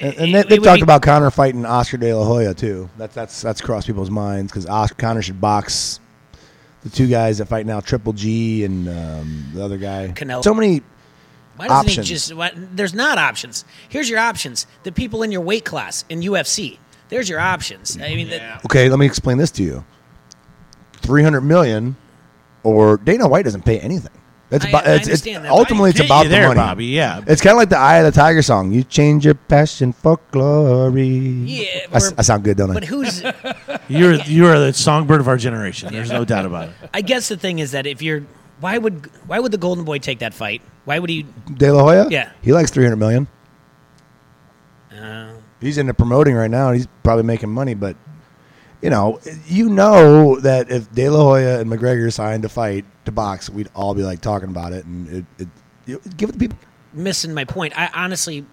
F: And, and
A: It-
F: they,
A: it
F: they've
A: would
F: talked
A: be-
F: about Connor fighting Oscar De La Hoya too. That's that's that's crossed people's minds because Connor should box the two guys that fight now, Triple G and um, the other guy.
A: Canelo.
F: So many
A: Why doesn't
F: Options.
A: he just? Why, there's not options. Here's your options: the people in your weight class in UFC. There's your options. I mean, that
F: Okay, let me explain this to you. Three hundred million, or Dana White doesn't pay anything. It's
A: I-
F: about,
A: I
F: it's, it's
A: understand that, but I
F: ultimately it's
B: Get you
F: about
B: there,
F: the money.
B: Bobby. Yeah.
F: It's kind of like the Eye of the Tiger song. You change your passion for glory.
A: Yeah,
F: I, s-
A: we're-
F: I sound good, don't I?
A: But who's?
B: You're you are the songbird of our generation. There's no doubt about it.
A: I guess the thing is that if you're, why would why would the Golden Boy take that fight? Why would he?
F: De La Hoya.
A: Yeah.
F: he likes three hundred million.
A: Oh.
F: he's into promoting right now. and He's probably making money, but you know, you know that if De La Hoya and McGregor signed to fight to box, we'd all be like talking about it and it, it, you give it to people.
A: missing my point. I honestly,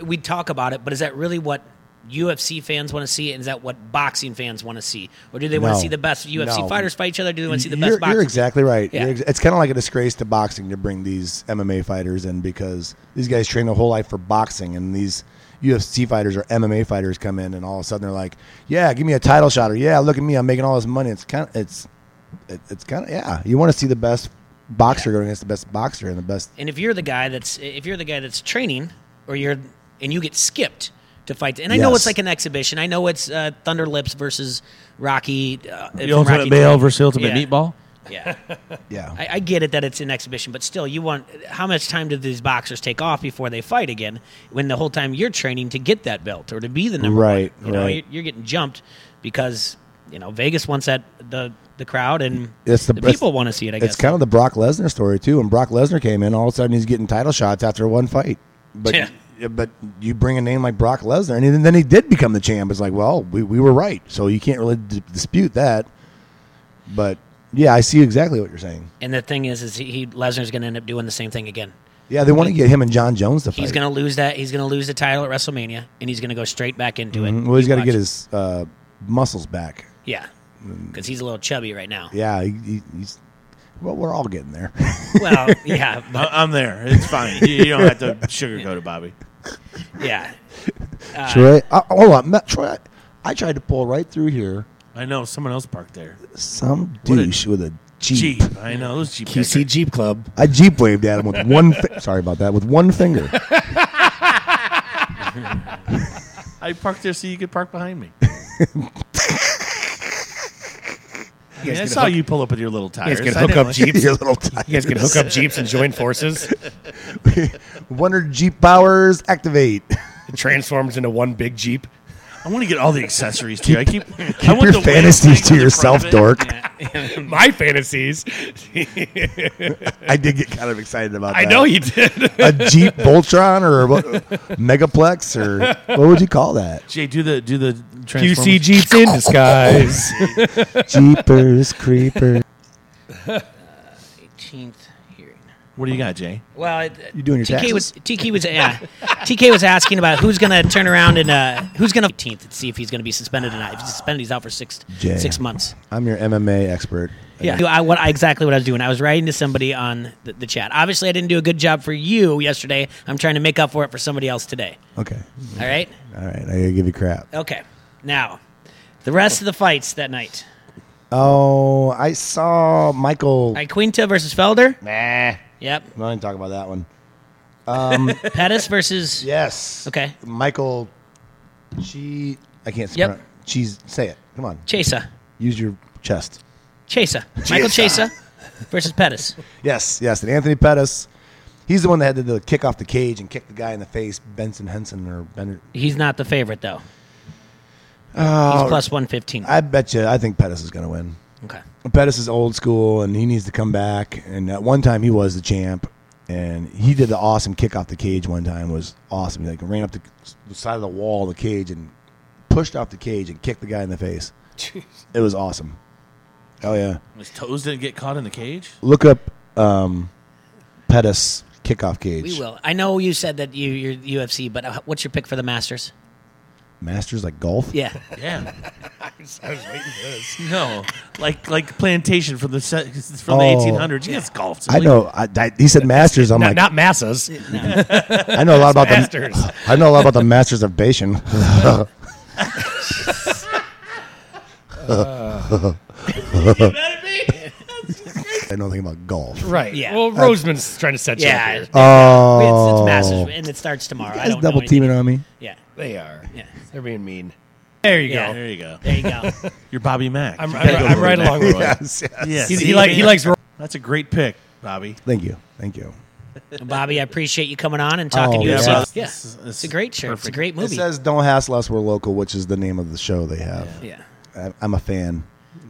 A: we talk about it, but is that really what UFC fans want to see? And is that what boxing fans want to see? Or do they want
F: No.
A: to see the best UFC
F: No.
A: fighters fight each other? Do they want to see the
F: you're,
A: best boxing?
F: you're exactly right.
A: Yeah.
F: You're ex- it's kind of like a disgrace to boxing to bring these MMA fighters in because these guys train their whole life for boxing, and these UFC fighters or MMA fighters come in, and all of a sudden they're like, "Yeah, give me a title shot," or "Yeah, look at me, I'm making all this money." It's kind of it's it, it's kind of yeah. You want to see the best boxer going against the best boxer and the best.
A: and if you're the guy that's if you're the guy that's training or you're and you get skipped to fight and i know
F: Yes.
A: it's like an exhibition i know it's uh, thunder lips versus rocky uh, from
B: The ultimate
A: Rocky
B: male
A: Three.
B: versus ultimate
A: Yeah.
B: meatball.
A: yeah
F: Yeah,
A: I, I get it that it's an exhibition but still you want how much time do these boxers take off before they fight again when the whole time you're training to get that belt or to be the number
F: Right,
A: one you know
F: right.
A: you're, you're getting jumped because you know vegas wants that the the crowd and
F: It's the- it's-
A: people want to see it i guess
F: it's kind of the Brock Lesnar story too. When Brock Lesnar came in, all of a sudden he's getting title shots after one fight. But
A: Yeah.
F: yeah, but you bring a name like Brock Lesnar, and then he did become the champ. It's like, well, we, we were right, so you can't really d- dispute that. But yeah, I see exactly what you're saying.
A: and the thing is is he, he lesnar's going to end up doing the same thing again
F: Yeah, they want to get him and John Jones to fight.
A: He's gonna lose that. He's gonna lose the title at WrestleMania, and he's gonna go straight back into it.
F: Mm-hmm. well, he's got to
A: Watch.
F: get his uh, muscles back.
A: yeah, because he's a little chubby right now.
F: Yeah, he, he, he's well, we're all getting there.
A: Well, yeah, but
B: I- I'm there. It's fine. You, you don't have to sugarcoat it, Bobby.
A: yeah.
F: Troy, uh, hold on, Ma- Troy. I, I tried to pull right through here.
B: I know someone else parked there.
F: Some
B: What a
F: douche with a
B: Jeep. I know those Jeep.
E: QC Jeep Club.
F: I jeep waved at him with one. Fi- sorry about that. With one finger.
B: I parked there so you could park behind me. I, mean, I
E: gonna
B: saw
E: hook-
B: you pull up with your little
E: You
B: tires.
E: guys can
B: I
E: hook
B: know.
E: up Jeeps.
F: Your
E: You
F: little tiny-
E: guys can hook up Jeeps and join forces.
F: Wonder Jeep powers activate.
E: It transforms into one big Jeep.
B: I want to get all the accessories too. I keep I want
F: Your
B: the wheel
F: fantasies
B: thing
F: to
B: on the
F: yourself,
B: front of it.
F: dork.
E: My fantasies.
F: I did get kind of excited about
E: I
F: that.
E: know you did.
F: a Jeep Voltron or what, Megaplex or what would you call that?
B: Jay, do the do the Transformers.
E: QC Jeeps in disguise.
F: Jeepers creeper.
A: Eighteenth hearing.
B: What do you got, Jay?
A: Well, it,
F: You doing your
A: TK
F: taxes?
A: was TK was yeah. TK was asking about who's gonna turn around and uh, who's gonna 18th and see if he's gonna be suspended or not. If he's suspended, he's out for six
F: Jay.
A: six months.
F: I'm your MMA expert.
A: Yeah, I, what, I- exactly what I was doing. I was writing to somebody on the, the chat. Obviously, I didn't do a good job for you yesterday. I'm trying to make up for it for somebody else today.
F: Okay.
A: All right.
F: All right. I gotta give you crap.
A: Okay. Now, the rest of the fights that night.
F: Oh, I saw Michael.
A: All right, Quinta versus Felder. Nah. Yep.
F: I'm not even talking about that one.
A: Pettis versus.
F: Yes.
A: Okay.
F: Michael. She. I can't.
A: Yep.
F: pronounce- She's. Say it. Come on.
A: Chesa.
F: Use your chest.
A: Chesa. Michael
F: Chiesa.
A: Chesa versus Pettis.
F: Yes, yes. And Anthony Pettis, he's the one that had to, do the kick off the cage and kick the guy in the face, Benson Henson or Ben.
A: He's not the favorite, though. He's plus 115.
F: Uh, I bet you, I think Pettis is going to win.
A: okay.
F: Pettis is old school and he needs to come back. And at one time he was the champ, and he did the awesome kick off the cage one time. It was awesome. He like ran up the, the side of the wall of the cage and pushed off the cage and kicked the guy in the face. It was awesome. Oh yeah.
B: His toes didn't get caught in the cage.
F: Look up um, Pettis kickoff cage.
A: We will. I know you said that you, you're UFC, but uh, what's your pick for the Masters?
F: Masters like golf.
A: Yeah.
B: Yeah.
E: I was waiting for this.
B: No, like like plantation from the se- from the
F: Oh.
B: 1800s. You guys golf.
F: I know. I, I, he said masters. I'm
E: Not,
F: like,
E: not masses.
F: I know a lot about
E: Masters.
F: the. I know a lot about the masters of Bashan. I know nothing about golf.
E: Right.
A: Yeah.
E: Well,
F: Uh,
E: Roseman's trying to set you up
A: Yeah.
E: here.
A: It's,
F: Oh,
A: it's Masters, and it starts tomorrow. I
F: guys
A: don't know
F: double
A: anything.
F: teaming on me.
A: Yeah.
E: They are.
A: Yeah.
E: They're being mean. There you
A: Yeah.
E: go.
B: There you go.
A: There you go.
B: You're Bobby Mack.
E: I'm-
B: You gotta
E: I'm-
B: go
E: I'm
B: Roy
E: right
B: Mack,
E: along with
B: Roy.
F: Yes, yes.
B: Yes.
E: He, he, like, he likes.
B: That's a great pick. Bobby.
F: Thank you. Thank you.
A: Bobby, I appreciate you coming on and talking
F: Oh,
A: to
F: yeah,
A: us.
F: bro.
A: Yeah,
B: This is- this
A: it's a great show. It's a
B: perfect.
A: great
F: It
A: movie.
F: says "Don't hassle us, we're local," which is the name of the show they have.
A: yeah,
F: I, I'm a fan.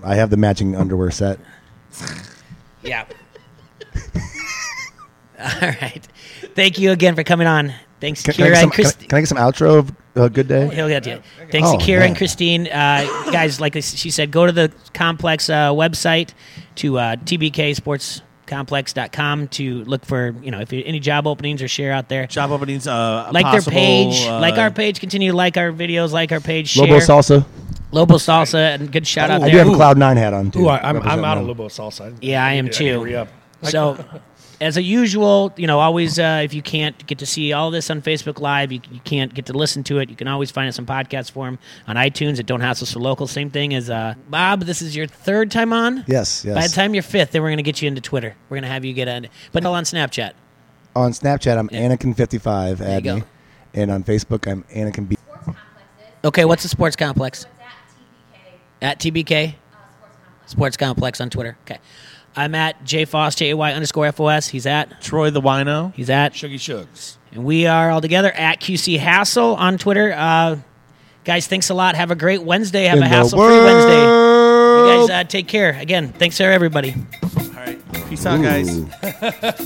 F: I have the matching underwear set.
A: yeah. All right. Thank you again for coming on. Thanks,
F: Can, can I,
A: Kira
F: get some,
A: and
F: can, I,
A: Christine.
F: can I get some outro of uh, Good Day?
A: He'll get to you. Thanks
F: Oh,
A: to Kira
F: yeah.
A: and Christine. Uh, guys, like she said, go to the complex uh, website to uh, tbksportscomplex.com to look for, you know, if you, any job openings or share out there.
B: Job openings. Uh,
A: Like
B: possible,
A: their page,
B: uh,
A: like our page. Continue to like our videos, like our page. Share.
F: Lobo Salsa.
A: Lobo Salsa, and good shout out
F: I do have
A: there.
F: a Cloud Nine hat on too.
E: Ooh, I, I'm, I'm
F: Represent
E: out of
F: them.
E: Lobo Salsa.
A: Yeah, I am
E: need to-
A: too.
E: need to re-up.
A: So, as a usual, you know, always uh, if you can't get to see all this on Facebook Live, you, you can't get to listen to it. You can always find us on podcast form on iTunes at Don't Hassle Us for Local. Same thing as uh, Bob. This is your third time on.
F: Yes,
A: By
F: yes.
A: the time you're fifth, then we're going to get you into Twitter. We're going to have you get on, but all on Snapchat.
F: On Snapchat, I'm Anakin55. Add
A: you
F: me.
A: go.
F: And on Facebook, I'm Anakin B.
C: Sports complexes,
A: Okay, what's the sports complex?
C: it's at TBK
A: At TBK
C: uh, Sports Complex.
A: Sports Complex on Twitter. Okay, I'm at JFoss J A Y underscore F O S. He's at.
B: Troy the Wino.
A: He's at
G: Shuggy Shugs.
A: And we are all together at QC Hassle on Twitter. Uh, guys, thanks a lot. Have a great Wednesday. Have
F: In
A: a
F: the
A: hassle free Wednesday. You guys uh, take care. Again, thanks to everybody.
B: All right. Peace out, guys.
F: Ooh.